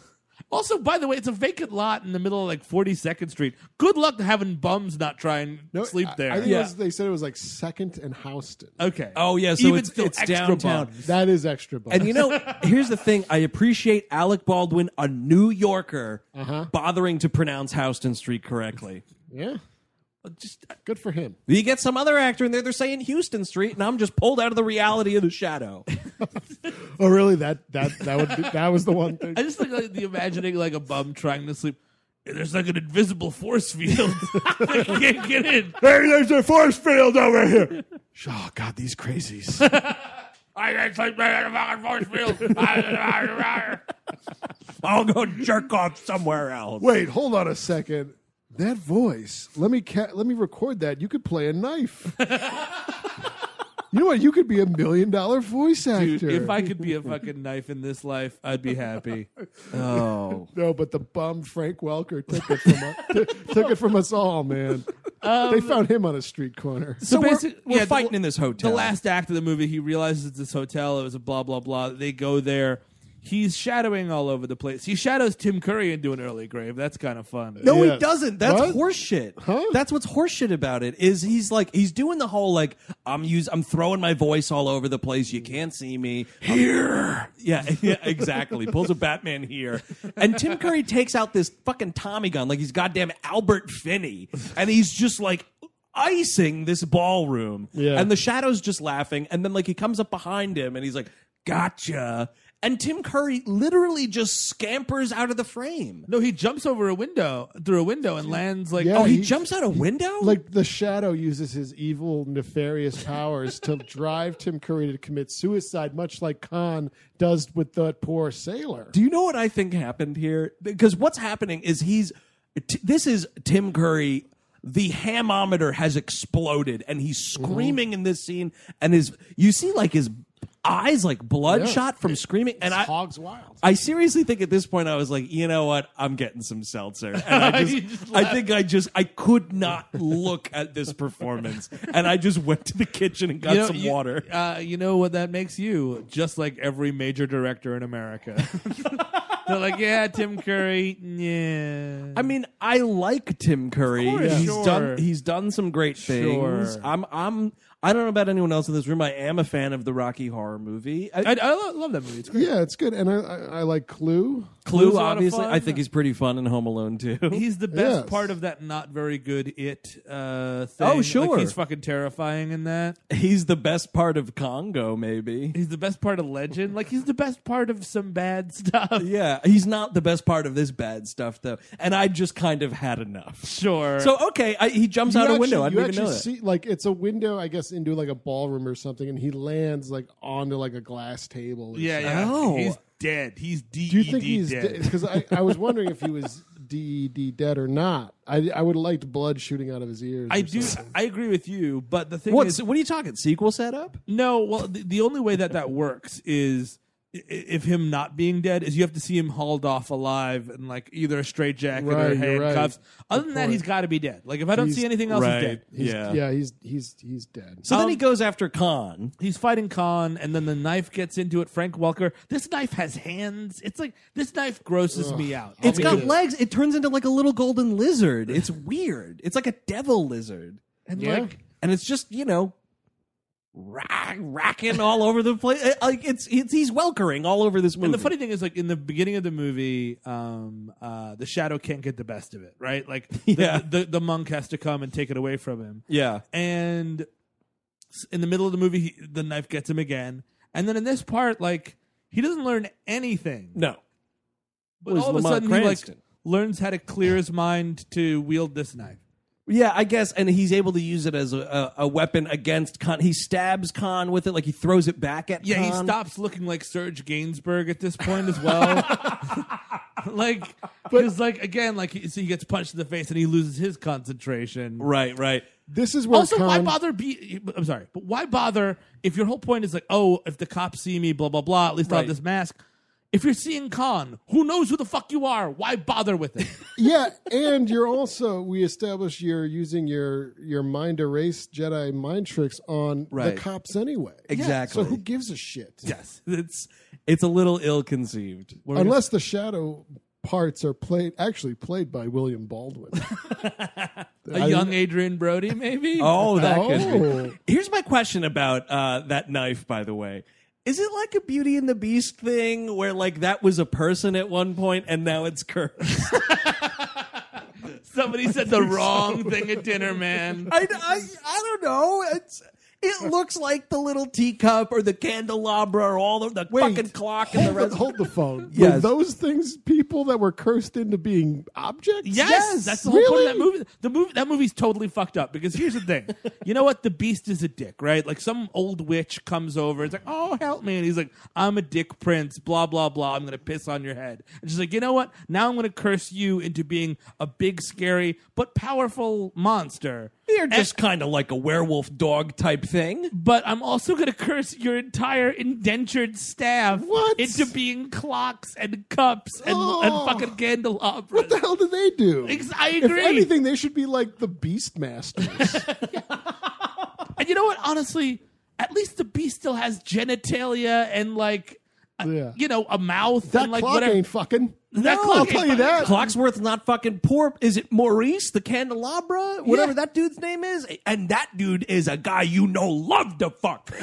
Also, by the way, it's a vacant lot in the middle of like 42nd Street. Good luck to having bums not try and
No,
sleep
I-
there.
I, think it
Yeah.
was- they said it was like second and Houston.
okay.
oh yeah, so
Even
it's
still,
it's
extra
downtown.
bums.
That is extra bucks.
And you know, here's the thing. I appreciate Alec Baldwin, a New Yorker, bothering to pronounce Houston Street correctly.
yeah,
Just
good for him.
You get some other actor in there, they're saying Houston Street, and I'm just pulled out of the reality of the shadow.
Oh, really? That that that would be, that was the one thing.
I just think like the imagining like a bum trying to sleep. There's like an invisible force field. I can't get in.
hey, there's a force field over here. Oh, God, these crazies.
I can't sleep in a fucking force field.
I'll go jerk off somewhere else.
Wait, hold on a second. That voice. Let me ca- let me record that. You could play a knife. you know what? You could be a million dollar voice actor.
Dude, if I could be a fucking knife in this life, I'd be happy.
Oh.
no, but the bum Frank Welker took it from u- t- took it from us all, man.
Um,
they found him on a street corner.
So, we're,
basic-
we're
yeah, the-
fighting in this hotel.
The last act of the movie, he realizes it's this hotel. It was a blah blah blah. They go there. He's shadowing all over the place. He shadows Tim Curry into an early grave. That's kind of fun.
No,
Yeah.
he doesn't. That's
What?
horseshit.
Huh?
That's what's horseshit about it. Is he's like he's doing the whole like I'm use I'm throwing my voice all over the place. You can't see me. Here. Yeah, yeah, exactly. Pulls a Batman here, and Tim Curry takes out this fucking Tommy gun like he's goddamn Albert Finney, and he's just like icing this ballroom.
Yeah.
And the shadow's just laughing, and then like he comes up behind him and he's like, "Gotcha." And Tim Curry literally just scampers out of the frame.
No, he jumps over a window through a window and lands like
Yeah.
Oh, he
he-
jumps out a window?
Like the shadow uses his evil, nefarious powers to drive Tim Curry to commit suicide, much like Khan does with the poor sailor.
do you know what I think happened here? Because what's happening is he's t- this is Tim Curry. The hamometer has exploded, and he's
Mm-hmm.
screaming in this scene. And his you see like his eyes like bloodshot from screaming. And I
Hogs wild.
I seriously think at this point I was like, you know what? I'm getting some seltzer. And I, just, I think I just I could not look at this performance, and I just went to the kitchen and got
You know,
some
you-
water.
Uh, you know what that makes you? Just like every major director in America. They're like, yeah, Tim Curry. Yeah.
I mean, I like Tim Curry.
course,
he's
sure.
done he's done some great things.
Sure.
I'm I'm I don't know about anyone else in this room. I am a fan of the Rocky Horror movie. I,
I, I lo- love that movie. It's great.
Yeah, it's good, and I, I, I like Clue.
Clue's a
Clue,
lot of
obviously.
fun.
I think he's pretty fun in Home Alone too.
He's the best
Yes.
part of that not very good it uh, thing.
Oh,
Like,
sure.
he's fucking terrifying in that.
he's the best part of Congo, maybe.
He's the best part of Legend. Like he's the best part of some bad stuff.
Yeah, he's not the best part of this bad stuff though. And I just kind of had enough.
Sure.
So okay, I, he jumps out a
actually-
window. I
you
didn't even
actually
know that.
see like it's a window, I guess, into like a ballroom or something, and he lands like onto like a glass table. or
yeah,
something.
yeah.
Oh.
He's dead. He's D
Do you
E
think
D
he's
dead.
dead? Because I, I was wondering if he was DED dead or not. I I would have liked blood shooting out of his ears.
I
or
do.
something.
I agree with you, but the thing is.
What's what are you talking? Sequel setup?
No, well, the, the only way that that works is i- if him not being dead is you have to see him hauled off alive and like either a straitjacket or
Right, you're right.
handcuffs. Other than that,
point.
he's got to be dead. Like if I don't
He's-
see anything else, he's dead.
He's-
yeah.
yeah, he's he's he's dead.
So then
Um,
he goes after Khan.
He's fighting Khan, and then the knife gets into it. Frank Welker. This knife has hands. It's like this knife grosses me out.
It's
I
got
mean,
legs. It turns into like a little golden lizard. It's weird. It's like a devil lizard.
and
Yeah.
like
And it's just, you know, rack, racking all over the place. Uh, Like it's, it's he's welkering all over this movie.
And the funny thing is, like in the beginning of the movie, um, uh, the shadow can't get the best of it, right? Like, the-
Yeah.
the, the, the monk has to come and take it away from him.
yeah.
and s- in the middle of the movie he, the knife gets him again and then in this part like he doesn't learn anything
No.
but
was
all of a
Lamont
sudden he
Cranston.
like learns how to clear his mind to wield this knife
Yeah, I guess, and he's able to use it as a, a, a weapon against Khan. He stabs Khan with it, like he throws it back at.
yeah he
Khan.
stops looking like serge gainsbourg at this point as well like because like again like he, so he gets punched in the face and he loses his concentration
Right, right.
This is where
also, why
Khan-
bother? Be I'm sorry, but why bother if your whole point is like, oh, if the cops see me, blah blah blah. At least I'll have
Right.
this mask. If you're seeing Khan, who knows who the fuck you are? Why bother with it?
yeah, and you're also we established you're using your your mind erase Jedi mind tricks on
Right.
the cops anyway.
Exactly.
So who gives a shit?
Yes, it's it's a little ill conceived.
Unless the shadow parts are played actually played by William Baldwin.
A young Adrian Brody, maybe.
Oh, that
Oh.
could be. Here's my question about uh, that knife, by the way. Is it like a Beauty and the Beast thing where like that was a person at one point and now it's cursed?
somebody said the wrong thing at dinner, man.
I, I, I don't know. It's it looks like the little teacup or the candelabra or all of the fucking clock and the
Hold
rest.
the, hold the phone. Were
Yes.
those things people that were cursed into being objects?
Yes, that's the whole point of that movie. The movie that movie's totally fucked up because here's the thing. you know what? The beast is a dick, right? Like some old witch comes over. It's like, oh help me, and he's like, I'm a dick prince. Blah blah blah. I'm gonna piss on your head. And she's like, you know what? Now I'm gonna curse you into being a big, scary but powerful monster.
They're just kind of like a werewolf dog type thing.
But I'm also gonna curse your entire indentured staff
What?
into being clocks and cups and,
Oh.
and fucking candelabras.
What the hell do they do?
Ex- I
If
agree.
anything, they should be like the Beastmasters.
And you know what? Honestly, at least the beast still has genitalia and like
Yeah.
you know, a mouth
That
and like
clock
whatever.
ain't fucking.
That clock
I'll tell
ain't
you that.
Clock's worth not fucking poor. Is it Maurice, the candelabra? Whatever that dude's name is. And that dude is a guy you know loved to fuck.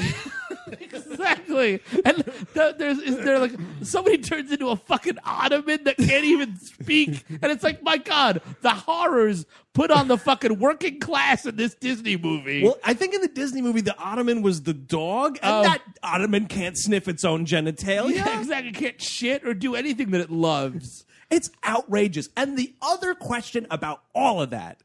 exactly. And th- there's is there like somebody turns into a fucking ottoman that can't even speak, and it's like my god, the horrors put on the fucking working class in this Disney movie.
well, I think in the Disney movie, the Ottoman was the dog, and
Oh.
that Ottoman can't sniff its own genitalia.
yeah, exactly. Can't shit or do anything that it loves.
It's outrageous. And the other question about all of that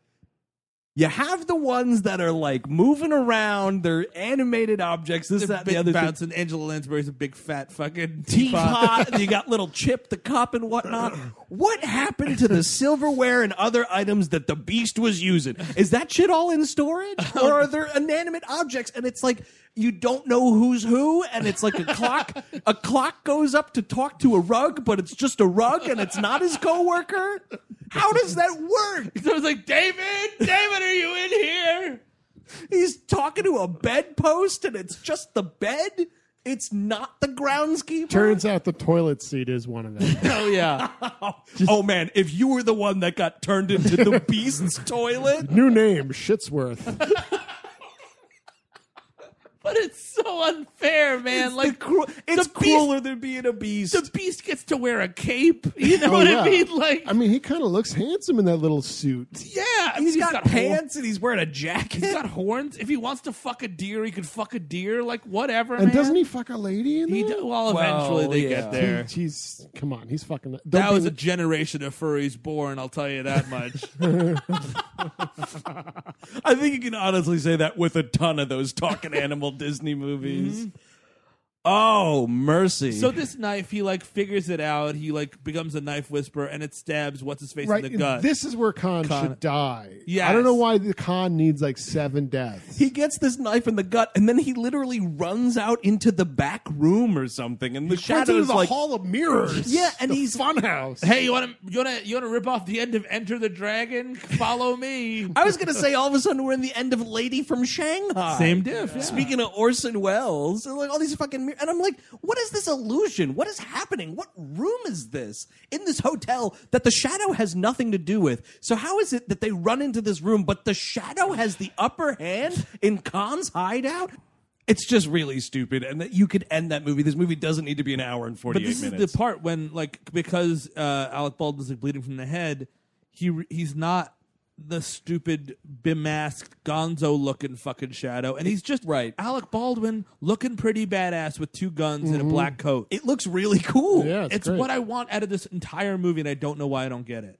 you have the ones that are like moving around, they're animated objects, this, that,
Big
the other thing.
bounce and Angela Lansbury's a big fat fucking
Teapot, you got little Chip the cup and whatnot. What happened to the silverware and other items that the beast was using? Is that shit all in storage? Or are there inanimate objects? And it's like you don't know who's who, and it's like a clock. A clock goes up to talk to a rug, but it's just a rug and it's not his coworker. How does that work?
So it's like, David, David, are you in here?
He's talking to a bedpost and it's just the bed. It's not the groundskeeper.
Turns out the toilet seat is one of them.
Oh yeah.
oh man, if you were the one that got turned into the beast's toilet.
New name, Shitsworth.
But it's so unfair, man.
it's
like
the cru- it's
beast-
crueler than being a beast.
the beast gets to wear a cape. You know what
Oh, yeah.
I mean? Like
I mean, he kind of looks handsome in that little suit.
Yeah, I mean,
he's got,
horns.
pants and he's wearing a jacket.
He's got horns. If he wants to fuck a deer, he could fuck a deer. Like whatever.
And
man.
doesn't he fuck a lady in
He
there?
do- well, eventually
Well,
they
yeah.
get there.
He's come on, he's fucking. Don't
That
be
was a
the-
generation of furries born. I'll tell you that much.
I think you can honestly say that with a ton of those talking animal Disney movies. Oh mercy!
so this knife, he like figures it out. He like becomes a knife whisperer, and it stabs what's his face
right.
in the gut.
This is where Khan,
Khan.
should die.
Yes.
I don't know why the Khan needs like seven deaths.
he gets this knife in the gut, and then he literally runs out into the back room or something, and the
Runs into
shadows
the
like
hall of mirrors.
yeah, and
the
he's
funhouse.
hey, you want to you want to you want to rip off the end of Enter the Dragon? Follow me.
I was gonna say all of a sudden we're in the end of Lady from Shanghai.
Same diff, yeah.
Speaking of Orson Welles, and like all these fucking, mir- and I'm like, what is this illusion? What is happening? What room is this in this hotel that the shadow has nothing to do with? So how is it that they run into this room, but the shadow has the upper hand in Khan's hideout? It's just really stupid, and that you could end that movie. This movie doesn't need to be an hour and forty
But
eight
this
minutes.
is the part when, like, because uh, Alec Baldwin's like bleeding from the head, he re- he's not the stupid bemasked Gonzo looking fucking shadow, and he's just
Right.
Alec Baldwin looking pretty badass with two guns and a black coat.
Mm-hmm. it looks really cool.
Yeah, it's,
it's
great.
what I want out of this entire movie, and I don't know why I don't get it.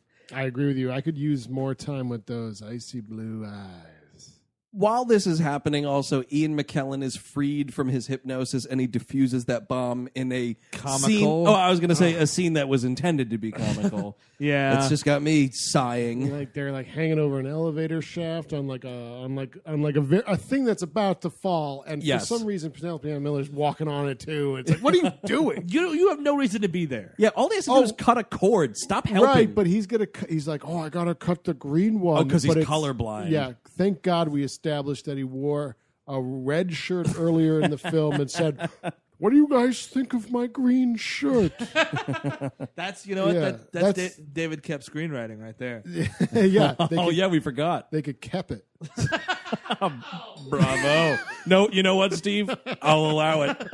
I agree with you. I could use more time with those icy blue eyes.
while this is happening, also Ian McKellen is freed from his hypnosis and he diffuses that bomb in a
Comical.
Scene, oh, I was going to say a scene that was intended to be comical.
Yeah.
it's just got me sighing.
Like they're like hanging over an elevator shaft on like a on like on like a ve- a thing that's about to fall, and
Yes.
for some reason Penelope Ann Miller's walking on it too. It's like, what are you doing?
You you have no reason to be there.
Yeah, all they have to do is cut a cord. Stop helping. Oh,
Right, but he's gonna. cu- He's like, oh, I gotta cut the green one.
'cause he's
but it's-
colorblind.
Yeah, thank God we established that he wore a red shirt earlier in the film and said, "What do you guys think of my green shirt?"
That's you know what
Yeah,
that, that's,
that's-
Da- David Kep's screenwriting right there.
yeah, they
oh
could,
yeah, we forgot.
they could kept it.
Bravo. no, you know what, Steve? I'll allow it.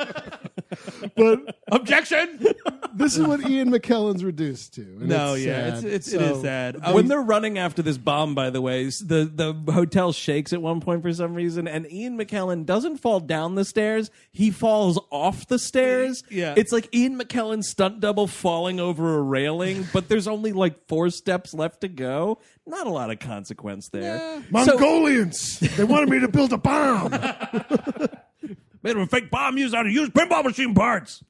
But
Objection.
this is what Ian McKellen's reduced to. and
no,
it's
yeah,
sad.
it's it's it is
So-
sad. I
When
was-
they're running after this bomb, by the way, s- the, the hotel shakes at one point for some reason, and Ian McKellen doesn't fall down the stairs. He falls off the stairs.
Yeah.
It's like Ian McKellen's stunt double falling over a railing, but there's only like four steps left to go. Not a lot of consequence there.
Mongolians. they wanted me to build a bomb.
Made him a fake bomb used out of used pinball machine parts.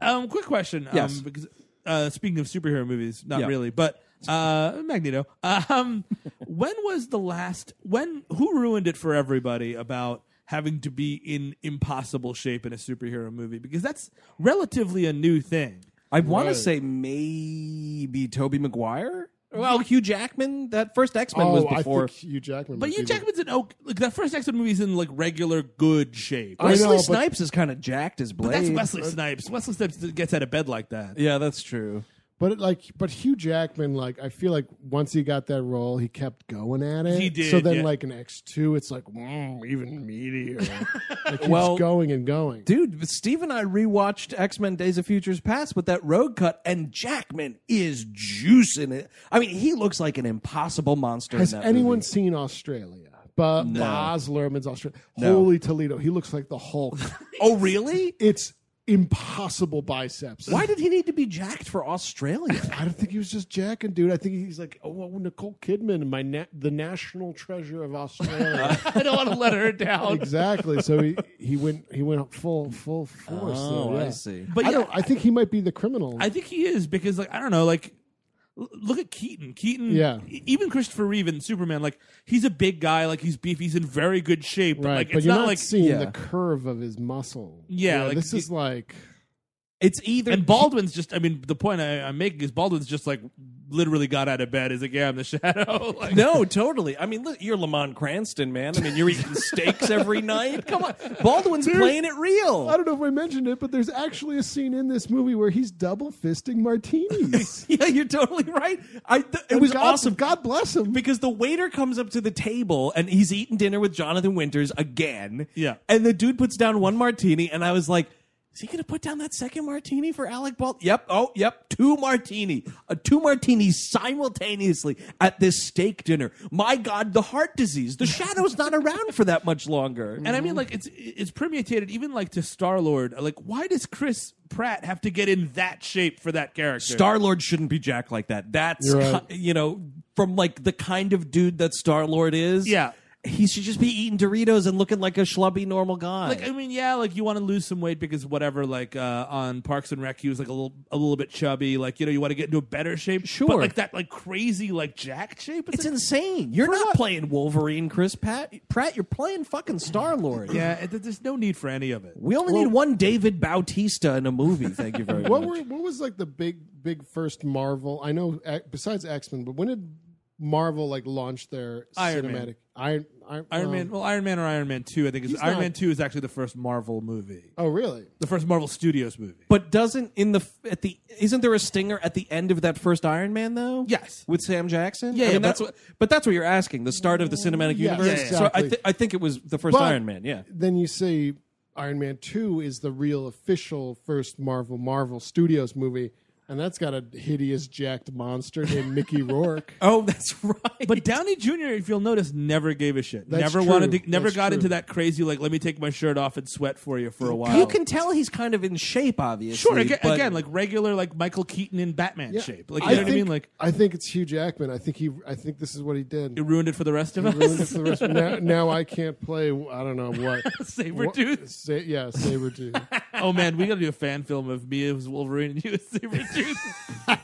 Um, quick question. Um,
Yes.
Because uh, speaking of superhero movies, not
Yeah.
really, but uh, Magneto. Um, when was the last? When who ruined it for everybody about having to be in impossible shape in a superhero movie? Because that's relatively a new thing.
I want to say maybe Toby Maguire. Well, Hugh Jackman. That first X Men
oh,
was
I
before.
think Hugh Jackman.
But
might
Hugh
be the-
Jackman's in okay. Like that first X Men movie's in like regular good shape.
I
Wesley
know, but-
Snipes is kind of jacked as Blade.
But that's Wesley
uh,
Snipes. Wesley Snipes gets out of bed like that.
Yeah, that's true.
But like, but Hugh Jackman, like, I feel like once he got that role, he kept going at it.
He did,
So then,
yeah.
like in X two, it's like mm, even meatier. it keeps
Well,
going and going.
Dude, Steve and I rewatched X Men Days of Futures Past with that road cut, and Jackman is juicing it. I mean, he looks like an impossible monster.
Has
in that
anyone
movie.
seen Australia? But Boz Lerman's Australia.
No.
Holy Toledo, he looks like the Hulk.
Oh, really?
it's impossible biceps.
Why did he need to be jacked for Australia?
I don't think he was just jacking, dude. I think he's like, oh, well, Nicole Kidman, my na- the national treasure of Australia.
I don't want to let her down.
exactly. So he, he went he went full full force. there, yeah.
Oh, see.
But
Oh, I
yeah,
don't. I think he might be the criminal.
I think he is because like I don't know, like l- look at Keaton. Keaton,
Yeah.
e- Even Christopher Reeve in Superman, like he's a big guy, like he's beefy, he's in very good shape. But
right,
like
but
it's
you're
not,
not,
like
seeing
yeah.
the curve of his muscle.
Yeah, like
this
you-
is like
It's either
and Baldwin's just. I mean, the point I, I'm making is Baldwin's just like literally got out of bed. Is like, yeah, I'm the shadow. Like,
No, totally. I mean, look, you're Lamont Cranston, man. I mean, you're eating steaks every night. Come on, Baldwin's playing it
I
real.
don't know if I mentioned it, but there's actually a scene in this movie where he's double fisting martinis.
Yeah, you're totally right. I th- it
And
was
God-
awesome.
God bless him.
because the waiter comes up to the table and he's eating dinner with Jonathan Winters again.
Yeah.
And the dude puts down one martini, and I was like, is he going to put down that second martini for Alec Bald? Yep. Oh, yep. Two martini. Uh, two martinis simultaneously at this steak dinner. My God, the heart disease. The shadow's not around for that much longer.
And I mean, like it's it's permutated even like to Star Lord. Like, why does Chris Pratt have to get in that shape for that character?
Star Lord shouldn't be Jack like that. That's
You're right.
ki- you know from like the kind of dude that Star Lord is.
Yeah.
he should just be eating Doritos and looking like a schlubby normal guy.
Like I mean, yeah, like you want to lose some weight because whatever. Like uh, on Parks and Rec, he was like a little, a little bit chubby. Like you know, you want to get into a better shape.
Sure.
but like that, like crazy, like jack shape.
it's
like-
insane. You're not playing Wolverine, Chris Pat- Pratt. You're playing fucking Star Lord.
yeah. It, there's no need for any of it.
We only need one David Bautista in a movie. Thank you very much.
what were what was like the big big first Marvel? I know eh, besides X Men, but when did Marvel like launch their
Iron Man.
cinematic Iron Iron,
Iron
um,
Man, well, Iron Man or Iron Man Two, I think is
He's
Iron
not-
Man Two is actually the first Marvel movie,
Oh, really?
the first Marvel Studios movie.
But doesn't in the f- at the isn't there a stinger at the end of that first Iron Man though?
Yes.
with Sam Jackson.
Yeah,
I mean,
yeah,
that's
but-
what. But that's what you're asking. The start of the cinematic
Yeah,
universe.
yeah, yeah.
So I,
exactly.
th- I think it was the first
But-
Iron Man. Yeah.
Then you say Iron Man Two is the real official first Marvel Marvel Studios movie, and that's got a hideous jacked monster named Mickey Rourke.
Oh, that's right.
But Downey Jr., if you'll notice, never gave a shit.
That's
never
true.
wanted to, never
That's
got
true.
into that crazy like, let me take my shirt off and sweat for you for a while.
you can tell he's kind of in shape, obviously.
sure again,
but-
again, like regular like Michael Keaton in Batman shape. Like you know
think,
what I mean? Like
I think it's Hugh Jackman. I think he. I think this is what he did.
it ruined it for the rest of
He ruined it
us.
for the rest. Now, now I can't play. I don't know what.
Sabretooth.
Sa- yeah, Sabretooth.
oh man, we gotta do a fan film of me as Wolverine and you as Sabretooth.
oh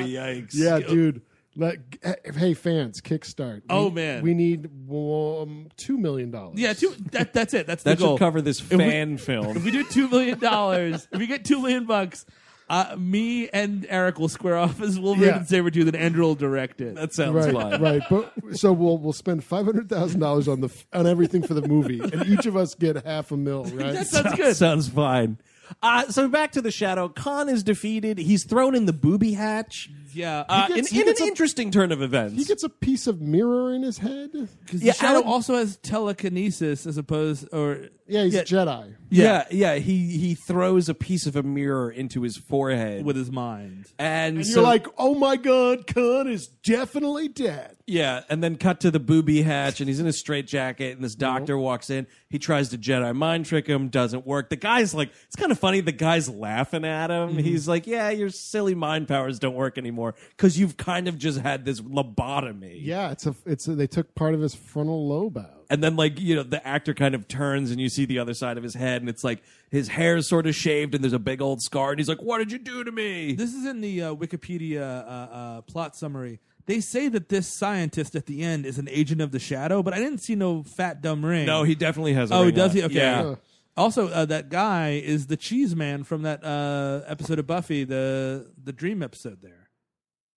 yikes!
yeah, dude. Like, hey, fans, kickstart.
Oh,
We-
man.
we need um, two million dollars.
yeah, two, that, that's it. That's
that
the goal.
should cover this
we-
fan
If
film.
we do two million dollars, if we get two million bucks, uh, me and Eric will square off as Wolverine
Yeah.
and Sabretooth, and Andrew will direct it.
That sounds
Right,
fun.
right. But so we'll we'll spend five hundred thousand dollars on the f- on everything for the movie, and each of us get half a mil. Right?
That sounds good.
Sounds fine. Uh, so back to the shadow. Khan is defeated. He's thrown in the booby hatch.
Yeah,
Uh,
He gets-
in
he
in
gets
an
a-
interesting turn of events.
he gets a piece of mirror in his head.
yeah,
the Shadow
Alan-
also has telekinesis as opposed, or
Yeah, he's a Jedi.
yeah, yeah. He he throws a piece of a mirror into his forehead,
with his mind.
and,
And
so,
you're like, oh my god, Khan is definitely dead.
Yeah, and then cut to the booby hatch, and he's in a straitjacket, and this doctor walks in. He tries to Jedi mind trick him, doesn't work. The guy's like, it's kind of funny. The guy's laughing at him. He's like, yeah, your silly mind powers don't work anymore because you've kind of just had this lobotomy.
Yeah, it's a it's a, they took part of his frontal lobe out.
And then, like, you know, the actor kind of turns and you see the other side of his head, and it's like his hair's sort of shaved, and there's a big old scar, and he's like, what did you do to me?
This is in the uh, Wikipedia uh, uh, plot summary. They say that this scientist at the end is an agent of the Shadow, but I didn't see no fat dumb ring.
no, he definitely has a
Oh,
ring
does
on.
he? Okay.
Yeah.
Also, uh, that guy is the cheese man from that uh, episode of Buffy, the the dream episode there.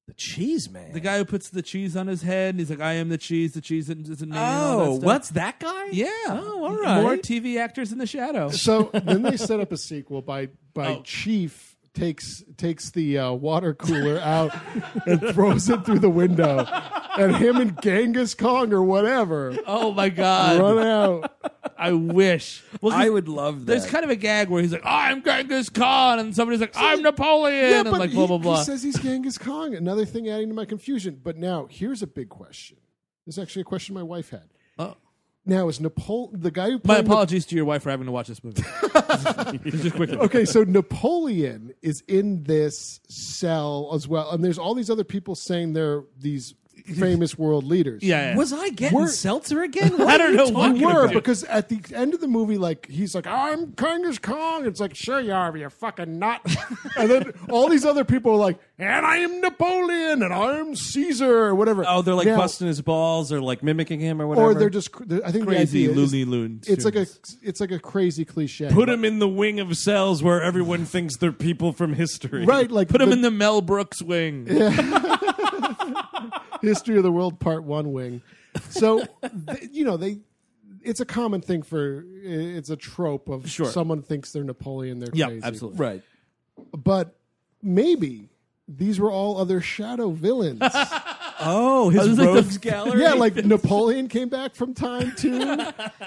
The cheese man.
The guy who puts the cheese on his head, and he's like, "I am the cheese. The cheese is a name." and all that
Oh,
stuff.
what's that guy?
Yeah.
Oh, all
More
right.
TV actors in the shadow.
So then they set up a sequel by by
Oh.
Chief takes takes the uh, water cooler out and throws it through the window, and him and Genghis Kong or whatever
oh my god!
run out.
I wish. Well, 'cause
I would love that.
There's kind of a gag where he's like, "I'm Genghis Khan," and somebody's like, "I'm Napoleon," and like blah
he-
blah blah.
he says he's Genghis Kong. Another thing adding to my confusion. But now here's a big question. This is actually a question my wife had.
Oh.
Now is Napoleon the guy who
my
played Nap-
apologies to your wife for having to watch this movie. Just quickly.
okay, so Napoleon is in this cell as well, and there's all these other people saying they're these famous world leaders.
Yeah. yeah.
was I getting
We're-
seltzer again?
I don't know what
we were because at the end of the movie, like he's like, "I'm Genghis Kong." It's like, "Sure you are, but you're fucking not." and then all these other people are like, "And I am Napoleon, and I'm Caesar, or whatever."
Oh, they're like
Now-
busting his balls or like mimicking him or whatever.
or they're just. cr- I think
crazy
the idea is-
loony loons.
It's like a it's like a crazy cliche.
put him in the wing of cells where everyone thinks they're people from history.
right, like
put him in the Mel Brooks wing.
History of the World Part One wing. So, th- you know, they. It's a common thing for. It's a trope of
Sure.
someone thinks they're Napoleon, they're
Yeah,
crazy.
absolutely.
Right.
But maybe these were all other shadow villains.
Oh, his
This is like the-
rogues gallery.
yeah, like Napoleon came back from time too,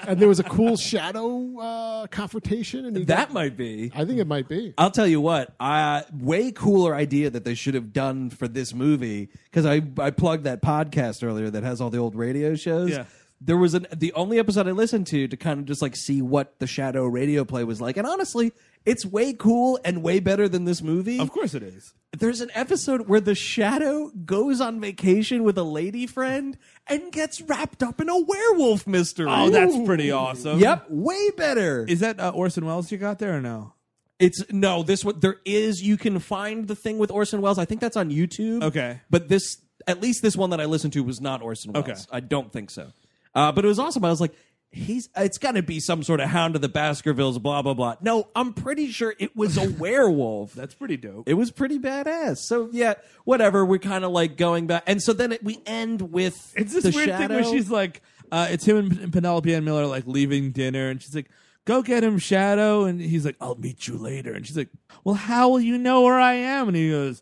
and there was a cool shadow uh, confrontation. And he
that might be.
I think it might be.
I'll tell you what. Uh, way cooler idea that they should have done for this movie because I I plugged that podcast earlier that has all the old radio shows.
Yeah.
There was an the only episode I listened to to kind of just like see what the Shadow radio play was like, and honestly, it's way cool and way better than this movie.
Of course it is.
There's an episode where the shadow goes on vacation with a lady friend and gets wrapped up in a werewolf mystery.
Oh, that's pretty awesome.
yep, way better.
Is that uh, Orson Welles you got there or no?
It's no, this one there is you can find the thing with Orson Welles. I think that's on YouTube.
Okay.
But this at least this one that I listened to was not Orson Welles.
Okay.
I don't think so. Uh, but it was awesome. I was like, he's it's gotta be some sort of hound of the Baskervilles, blah blah blah. No, I'm pretty sure it was a werewolf.
That's pretty dope.
It was pretty badass. So yeah, whatever. We're kind of like going back, and so then it, we end with
It's this
the
weird
shadow.
thing where she's like, uh, it's him and, and Penelope and Miller like leaving dinner, and she's like, "Go get him, Shadow," and he's like, "I'll meet you later," and she's like, "Well, how will you know where I am?" And he goes,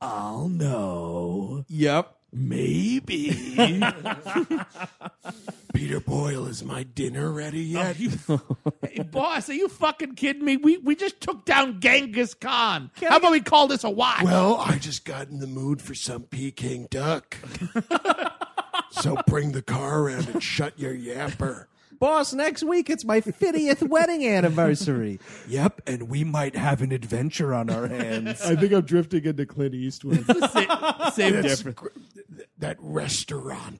"I'll know,
yep.
maybe."
Peter Boyle, is my dinner ready yet?
Oh, hey, boss, are you fucking kidding me? We we just took down Genghis Khan. how about we call this a watch?
Well, I just got in the mood for some Peking duck. so bring the car around and shut your yapper.
Boss, next week it's my 50th wedding anniversary. Yep, and we might have an adventure on our hands.
I think I'm drifting into Clint Eastwood.
Sa- same
That's
difference.
gr- th- that restaurant.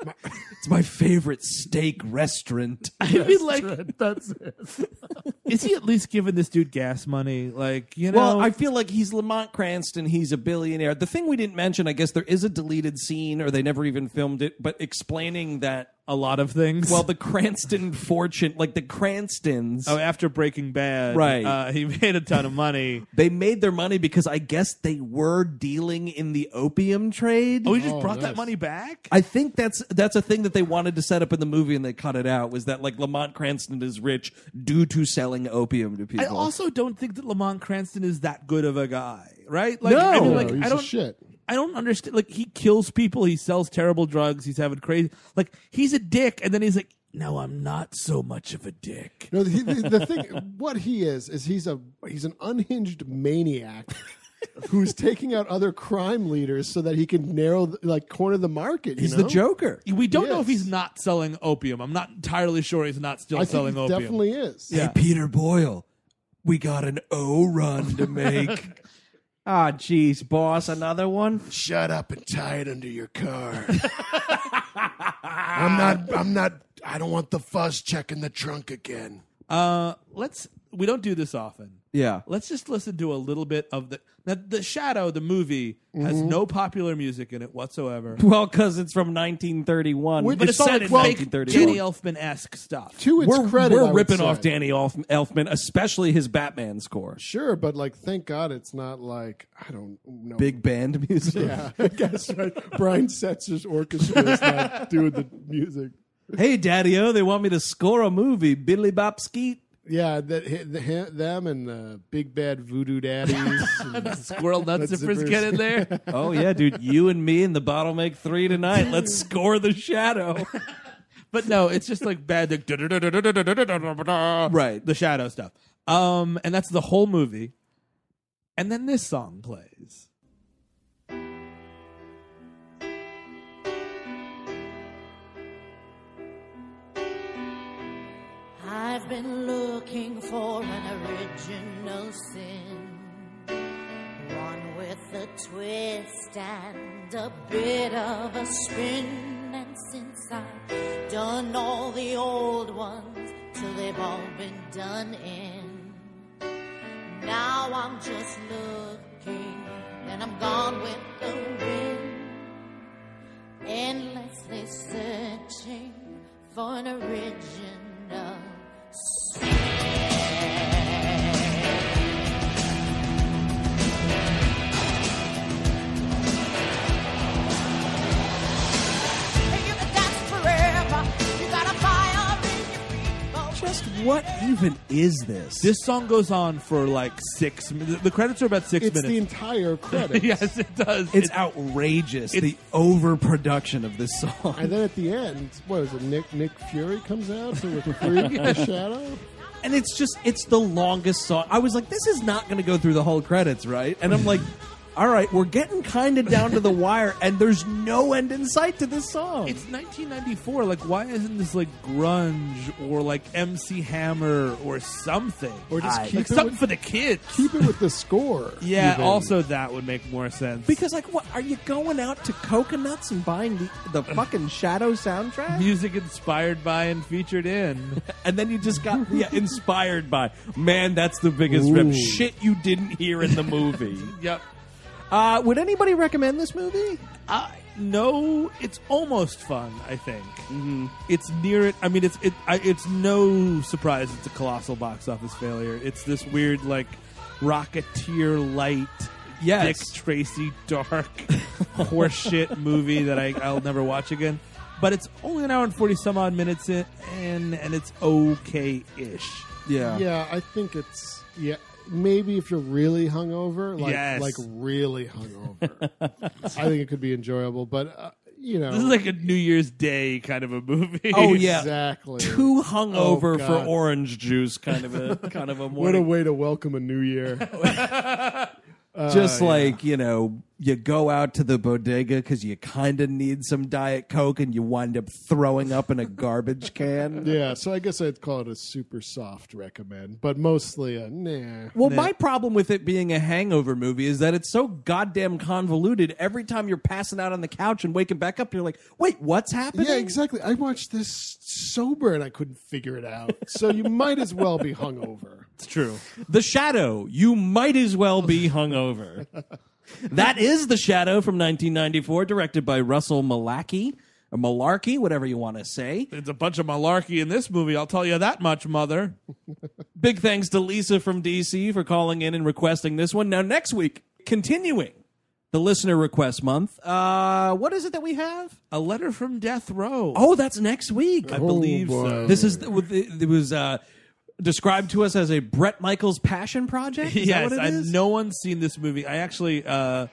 It's my favorite steak restaurant.
I'd be like, that's it. Is he at least giving this dude gas money? Like, you know,
Well, I feel like he's Lamont Cranston. He's a billionaire. The thing we didn't mention, I guess, there is a deleted scene, or they never even filmed it, but explaining that.
a lot of things.
Well, the Cranston fortune, like the Cranstons,
Oh, after Breaking Bad,
Right.
Uh, he made a ton of money.
they made their money because I guess they were dealing in the opium trade.
Oh, he just brought that
nice.
money back.
I think that's that's a thing that they wanted to set up in the movie and they cut it out was that like Lamont Cranston is rich due to selling opium to
I
people.
also don't think that Lamont Cranston is that good of a guy, right? Like,
No.
I
No,
mean, like,
he's
I
a
don't,
shit.
I don't understand. Like, he kills people. He sells terrible drugs. He's having crazy. Like, he's a dick, and then he's like, "No, I'm not so much of a dick."
No, the, the, the thing, what he is, is he's a he's an unhinged maniac who's taking out other crime leaders so that he can narrow, the, like, corner the market. you
He's
know?
the Joker.
We don't know
Yes.
if he's not selling opium. I'm not entirely sure he's not still
I
selling
think he
opium.
definitely is.
Yeah.
Peter Boyle, we got an O run to make. Ah, jeez, boss, another one.
Shut up and tie it under your car. I'm not. I'm not. I don't want the fuzz checking the trunk again.
Uh, let's. we don't do this often.
Yeah.
Let's just listen to a little bit of the now. The Shadow, the movie, has no popular music in it whatsoever.
Well, because it's from 1931.
Which
but
is
it's all
like
like
well,
fake
Danny Elfman esque stuff.
To its
We're,
credit, I
we're
would
ripping
say.
off Danny Elf- Elfman, especially his Batman score.
Sure, but like, thank God it's not like I don't know.
Big band music.
yeah, I guess right. Brian Setzer's orchestra is not doing the music.
Hey, Daddy O, they want me to score a movie. Biddly Bop Skeet.
Yeah, that hi- the, hi- them and the big bad voodoo daddies. and-
Squirrel nut
That's
zippers
zippers.
get in there.
Oh, yeah, dude. You and me and the Bottle Make Three tonight. Let's score the shadow.
But no, it's just like bad. Like,
Right.
The shadow stuff. Um, and that's the whole movie. And then this song plays.
I've been looking for an original sin, one with a twist and a bit of a spin. And since I've done all the old ones till they've all been done in, now I'm just looking and I'm gone with the wind endlessly searching for an original.
Just what even is this?
This song goes on for like six. min- The credits are about six
it's the
minutes.
entire credit.
yes, it does.
it's outrageous.
it's-
the overproduction of this song.
And then at the end, what is it? Nick Nick Fury comes out to recruit the Shadow.
and it's just it's the longest song. I was like, this is not going to go through the whole credits, right? And I'm like, all right, we're getting kind of down to the wire, and there's no end in sight to this song.
It's 1994. Like, why isn't this like grunge or like MC Hammer or something?
Or just
I-
keep
like
it
something
with-
for the kids.
Keep it with the score.
yeah.
even.
Also, that would make more sense
because like, what are you going out to coconuts and buying the the fucking Shadow soundtrack?
music inspired by and featured in.
And then you just got yeah inspired by man. That's the biggest rip. Shit, you didn't hear in the movie.
yep.
uh, would anybody recommend this movie?
Uh, no, it's almost fun. I think
Mm-hmm.
it's near it. I mean, it's it. I, it's no surprise it's a colossal box office failure. It's this weird like Rocketeer light,
Yes.
Dick Tracy dark horseshit movie that I, I'll never watch again. But it's only an hour and forty some odd minutes in, and and it's okay ish.
Yeah, I think it's yeah. Maybe if you're really hungover, like
Yes.
like really hungover, I think it could be enjoyable. But uh, you know,
This is like a New Year's Day kind of a movie.
Oh, yeah.
exactly.
Too hungover
Oh,
for
God.
orange juice, kind of a kind of a morning.
what a way to welcome a new year.
just like you know you go out to the bodega because you kind of need some diet coke and you wind up throwing up in a garbage can
yeah, so I guess I'd call it a super soft recommend, but mostly a nah.
well my problem with it being a hangover movie is that it's so goddamn convoluted every time you're passing out on the couch and waking back up you're like wait what's happening
Yeah, exactly. I watched this sober and I couldn't figure it out. So you might as well be hungover.
It's true.
the shadow you might as well be hungover that is the shadow from 1994 directed by russell malacky or malarkey whatever you want to say
It's a bunch of malarkey in this movie. I'll tell you that much, mother.
Big thanks to Lisa from DC for calling in and requesting this one. Now, next week, continuing the listener request month, uh, what is it that we have?
A letter from death row.
Oh, that's next week. I
believe so.
This is it was uh, described to us as a Brett Michaels passion project. Is
yes,
that what
I,
it is?
no one's seen this movie. I actually uh,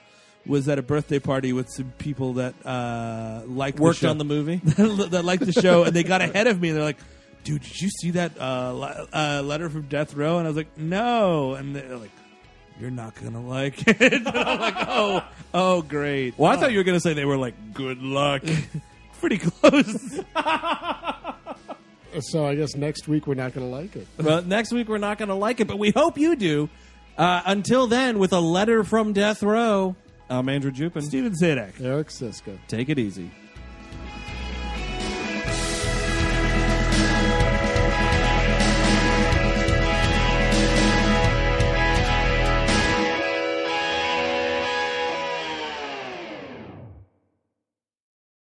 was at a birthday party with some people that uh, liked
worked
the show.
on the movie.
that liked the show, and they got ahead of me. and They're like, "Dude, did you see that uh, le- uh, letter from Death Row?" And I was like, "No," and they're like. You're not gonna like it. And I'm like, oh, oh, great.
Well, I thought you were going to say they were like, "Good luck."
Pretty close.
So I guess next week we're not going to like it.
well, next week we're not going to like it, but we hope you do. Uh, until then, with a letter from Death Row, I'm Andrew Jupin.
Steven Zedek.
Eric Siska.
Take it easy.